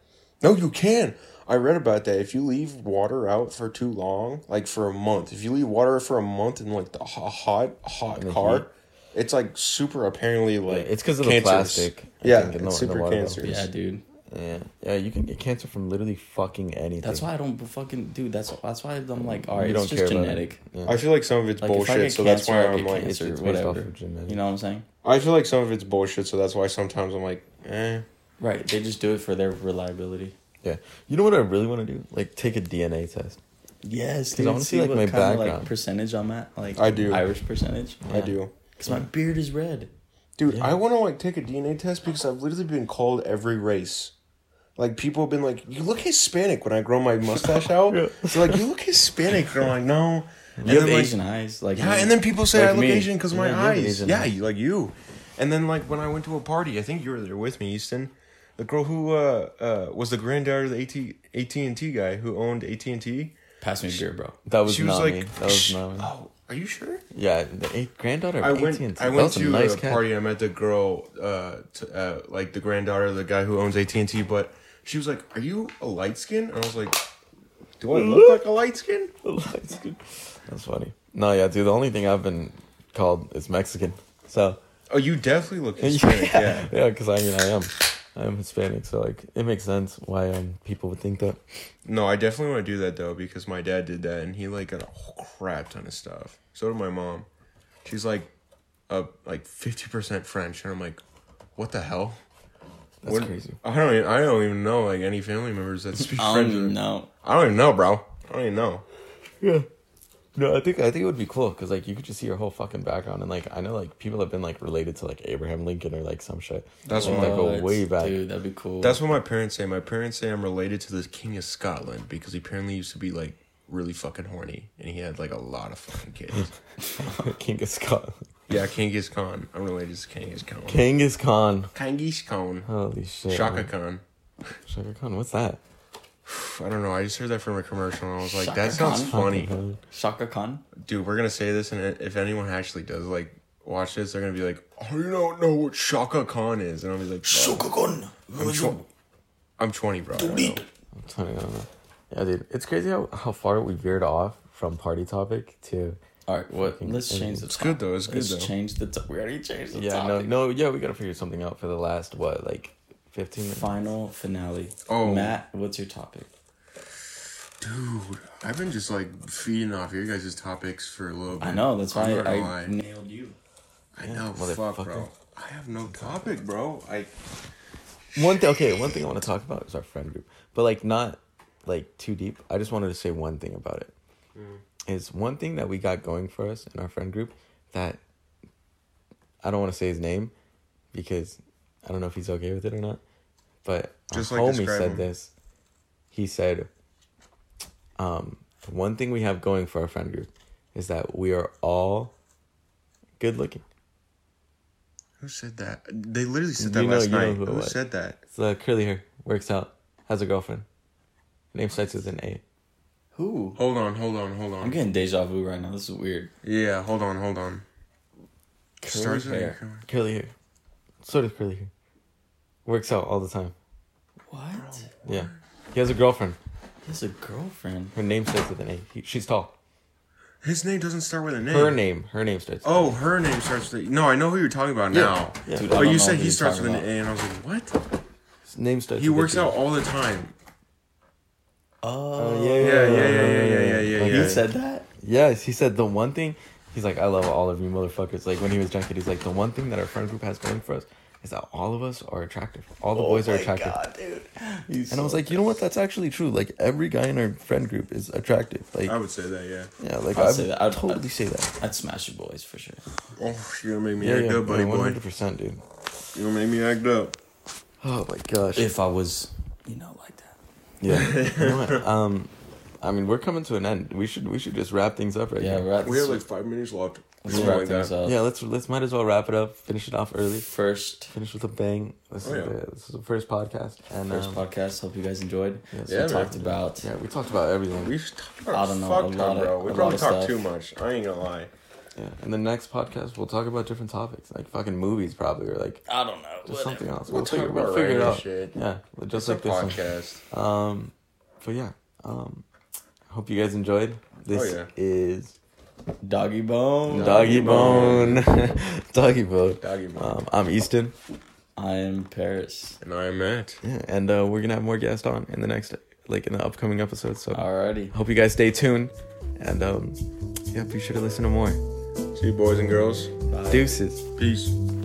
A: No, you can. I read about that. If you leave water out for too long, like for a month, if you leave water for a month in like the ho- hot, hot car, it's like super apparently like
C: it's 'cause of the
A: cancerous.
C: plastic, I
A: Yeah,
C: think, in the-
A: it's
C: in the
A: super
C: water, though.
A: cancerous.
B: yeah, dude.
C: Yeah, yeah. You can get cancer from literally fucking anything.
B: That's why I don't fucking dude. That's that's why I'm like, all right,
C: You
B: it's
C: don't
B: just
C: care about it.
B: genetic.
C: Yeah.
A: I feel like some of it's
B: Like if I
A: bullshit,
B: get
A: so that's
B: cancer,
A: why
B: I
A: I'm
B: get
A: like,
B: cancer,
C: It's- it's based off
B: whatever.
C: of genetics.
B: you know what I'm saying?
A: I feel like some of it's bullshit, so that's why sometimes I'm like, eh.
B: Right? They just do it for their reliability.
C: Yeah. You know what I really want to do? Like take a DNA test.
B: Yes,
C: I
B: dude.
C: wanna
B: See
C: see, like,
B: what
C: my
B: kind of like
C: background.
B: percentage I'm at. Like
A: I do.
B: Irish percentage.
A: I do.
B: Because my beard is red.
A: Dude, I want to like take a DNA test because I've literally been called every race. Like people have been like, "You look Hispanic." When I grow my mustache out, they're like, "You look Hispanic," and I'm like, "No, And
B: you have
A: then, like-
B: Asian eyes, like
A: yeah,
B: me.
A: and then people say
B: Like
A: I look
B: me.
A: Asian because my
B: Yeah, you have
A: eyes.
B: Asian
A: yeah,
B: eyes.
A: you, like you. And then like when I went to a party, I think you were there with me, Easton. The girl who uh, uh, was the granddaughter of the AT AT and T guy who owned AT and T.
B: pass me a beer, bro.
C: That was,
A: She was
C: not
A: like,
C: me. That was not me.
A: "Oh, are you sure?"
C: Yeah, the eight granddaughter. Of
A: I went.
C: AT&T.
A: I
C: That
A: went
C: was
A: to a,
C: nice cat.
A: party. I met the girl, uh, t- uh, like the granddaughter of the guy who owns AT and T. But she was like, "Are you a light skin?" And I was like, "Do I look like a light skin?"
C: That's funny. No, yeah, dude. The only thing I've been called is Mexican. So
A: Oh, you definitely
C: (laughs)
A: look Hispanic. yeah.
C: yeah, because I mean, I am, I am Hispanic. So like, it makes sense why um people would think that.
A: No, I definitely want to do that though because my dad did that and he like got a whole crap ton of stuff. So did my mom. She's like, uh, like fifty percent French, and I'm like, what the hell?
C: That's
A: What-
C: crazy.
A: I don't. Even, I don't even know like any family members
B: (laughs)
A: that speak
B: I don't
A: French.
B: even know.
A: I don't even know, bro. I don't even know.
C: Yeah. No, I think I think it would be cool because like you could just see your whole fucking background and like I know like people have been like related to like Abraham Lincoln or like some shit.
A: That's
C: like,
A: what
C: like go
B: What?
C: way back. (laughs)
B: Dude, that'd be cool.
A: That's what my parents say. My parents say I'm related to the King of Scotland because he apparently used to be like really fucking horny and he had like a lot of fucking kids.
B: (laughs)
C: King of Scotland.
A: yeah, Kangas Khan. I'm related to Kangas Khan.
C: Kangas Khan.
A: Kangas Khan.
C: Holy shit.
A: Shaka Khan.
C: Shaka Khan. What's that?
A: I don't know. I just heard that from a commercial and I was like,
B: Shaka
A: that sounds
B: Khan?
A: funny.
C: Khan.
B: Shaka Khan.
A: Dude, we're going to say this and if anyone actually does like watch this, they're going to be like, oh, you don't know what Shaka Khan is. And I'll be like, bro,
B: Khan.
A: I'm, tw- I'm 20, bro. I don't know.
C: I'm telling you, I don't know. Yeah, dude. It's crazy how, how far we veered off from party topic to
B: All right, what? Let's change the.
A: It's good though. It's good
B: Let's
A: though.
B: change the. To- we already changed the
C: Yeah,
B: topic.
C: no no yeah, we gotta figure something out for the last what, like fifteen minutes.
B: Final finale.
A: Oh.
B: Matt, what's your topic?
A: Dude, I've been just like feeding off your guys' topics for a little bit.
B: I know. That's
A: I'm
B: why
A: not
B: I,
A: gonna lie.
B: nailed you.
A: I know. Fuck,
C: motherfucker.
A: bro. I have no topic, bro. I
C: One thing, okay, one thing I want to talk about is our friend group, but like not like too deep. I just wanted to say one thing about it.
A: Mm.
C: Is one thing that we got going for us in our friend group that I don't want to say his name because I don't know if he's okay with it or not. But
A: Just,
C: our
A: like,
C: homie
A: describe
C: said
A: him.
C: this. He said, um, "One thing we have going for our friend group is that we are all good looking."
A: who said that? They literally said
C: You
A: that
C: know-
A: last
C: you know
A: night.
C: who it
A: Who,
C: was.
A: said that?
C: It's the curly hair works out, has a girlfriend. Her name starts with an A.
B: Who?
A: Hold on, hold on, hold
B: I'm
A: on.
B: getting deja vu right now. This is weird.
A: Yeah, hold on, hold on. Starts with
B: hair.
A: curly-
C: Curly hair. So does curly hair. Works out all the time.
B: What?
C: Yeah. He has a girlfriend.
B: He has a girlfriend.
C: Her name starts with an A. He, she's tall.
A: His name doesn't start with a name.
C: Her name. Her name starts.
A: Oh, her name starts with a No, I know who you're talking about now.
C: Yeah.
B: Dude, I
A: But
B: don't
A: you
B: know
A: said
B: who
A: he
B: you're
A: starts with
B: talking
A: an A,
B: about.
A: and I was like, what?
C: His name starts.
A: He
C: with a
A: works
C: G.
A: out all the time.
B: Oh,
C: Yeah, yeah,
A: Yeah, yeah, yeah, yeah, yeah, yeah,
B: He
A: yeah.
B: said that?
C: Yes, he said the one thing. He's like, I love all of you motherfuckers. Like when he was drunk, he's like, the one thing that our friend group has going for us is that all of us are attractive. All the
A: Oh
C: boys are attractive.
B: dude.
C: And I was like, you know what? That's actually true. Like every guy in our friend group is attractive. Like
A: I would say that, yeah.
C: yeah, like
B: I'd
C: I
B: say
C: would
B: that. I'd-
C: totally say that.
B: I'd smash your boys for sure.
A: Oh, you're gonna make me
C: Yeah,
A: act
C: yeah,
A: up, buddy
C: one
A: boy.
C: hundred percent, dude.
A: You're gonna make me act up.
C: Oh my gosh.
B: If I was, you know, like that. (laughs)
C: Yeah. You know what? Um, I mean, we're coming to an end. We should we should just wrap things up right
B: Yeah,
C: here.
B: right.
A: We have like five minutes left.
B: Let's
A: Something
B: wrap
A: like
B: things
A: that.
B: up.
C: Yeah, let's let's might as well wrap it up. Finish it off early.
B: First,
C: Finish with a bang. This
A: Oh,
C: is
A: yeah.
C: the, this is the first podcast, and
B: first
C: um,
B: podcast. Hope you guys enjoyed.
C: Yes.
B: we
A: Yeah, man.
B: talked about
C: yeah, we talked about everything.
A: We should talk about
B: I don't know,
A: fuck
B: a
A: ton,
B: lot of-
A: bro.
B: a
A: We
B: lot
A: probably
B: of
A: talk
B: stuff.
A: too much. I ain't gonna lie.
C: yeah, and the next podcast we'll talk about different topics, like fucking movies, probably, or like
B: I don't know.
C: just something else.
A: We'll talk
C: figure,
A: about
C: we'll figure it
A: random
C: out.
A: shit.
C: Yeah, just
A: It's
C: like
A: a
C: this
A: podcast.
C: one. Um, but yeah, um, hope you guys enjoyed. This
A: Oh, yeah.
C: is
B: Doggy bone.
A: Doggy
C: Doggy Bone. (laughs) Doggy Bone.
A: Doggy Bone.
C: Um, I'm Easton.
B: I am Paris.
A: And I am Matt.
C: Yeah, and uh, we're gonna have more guests on in the next, like in the upcoming episode. So
B: Alrighty.
C: hope you guys stay tuned, and um, yeah, be sure to listen to more.
A: See you, boys and girls.
C: Deuces.
A: Peace.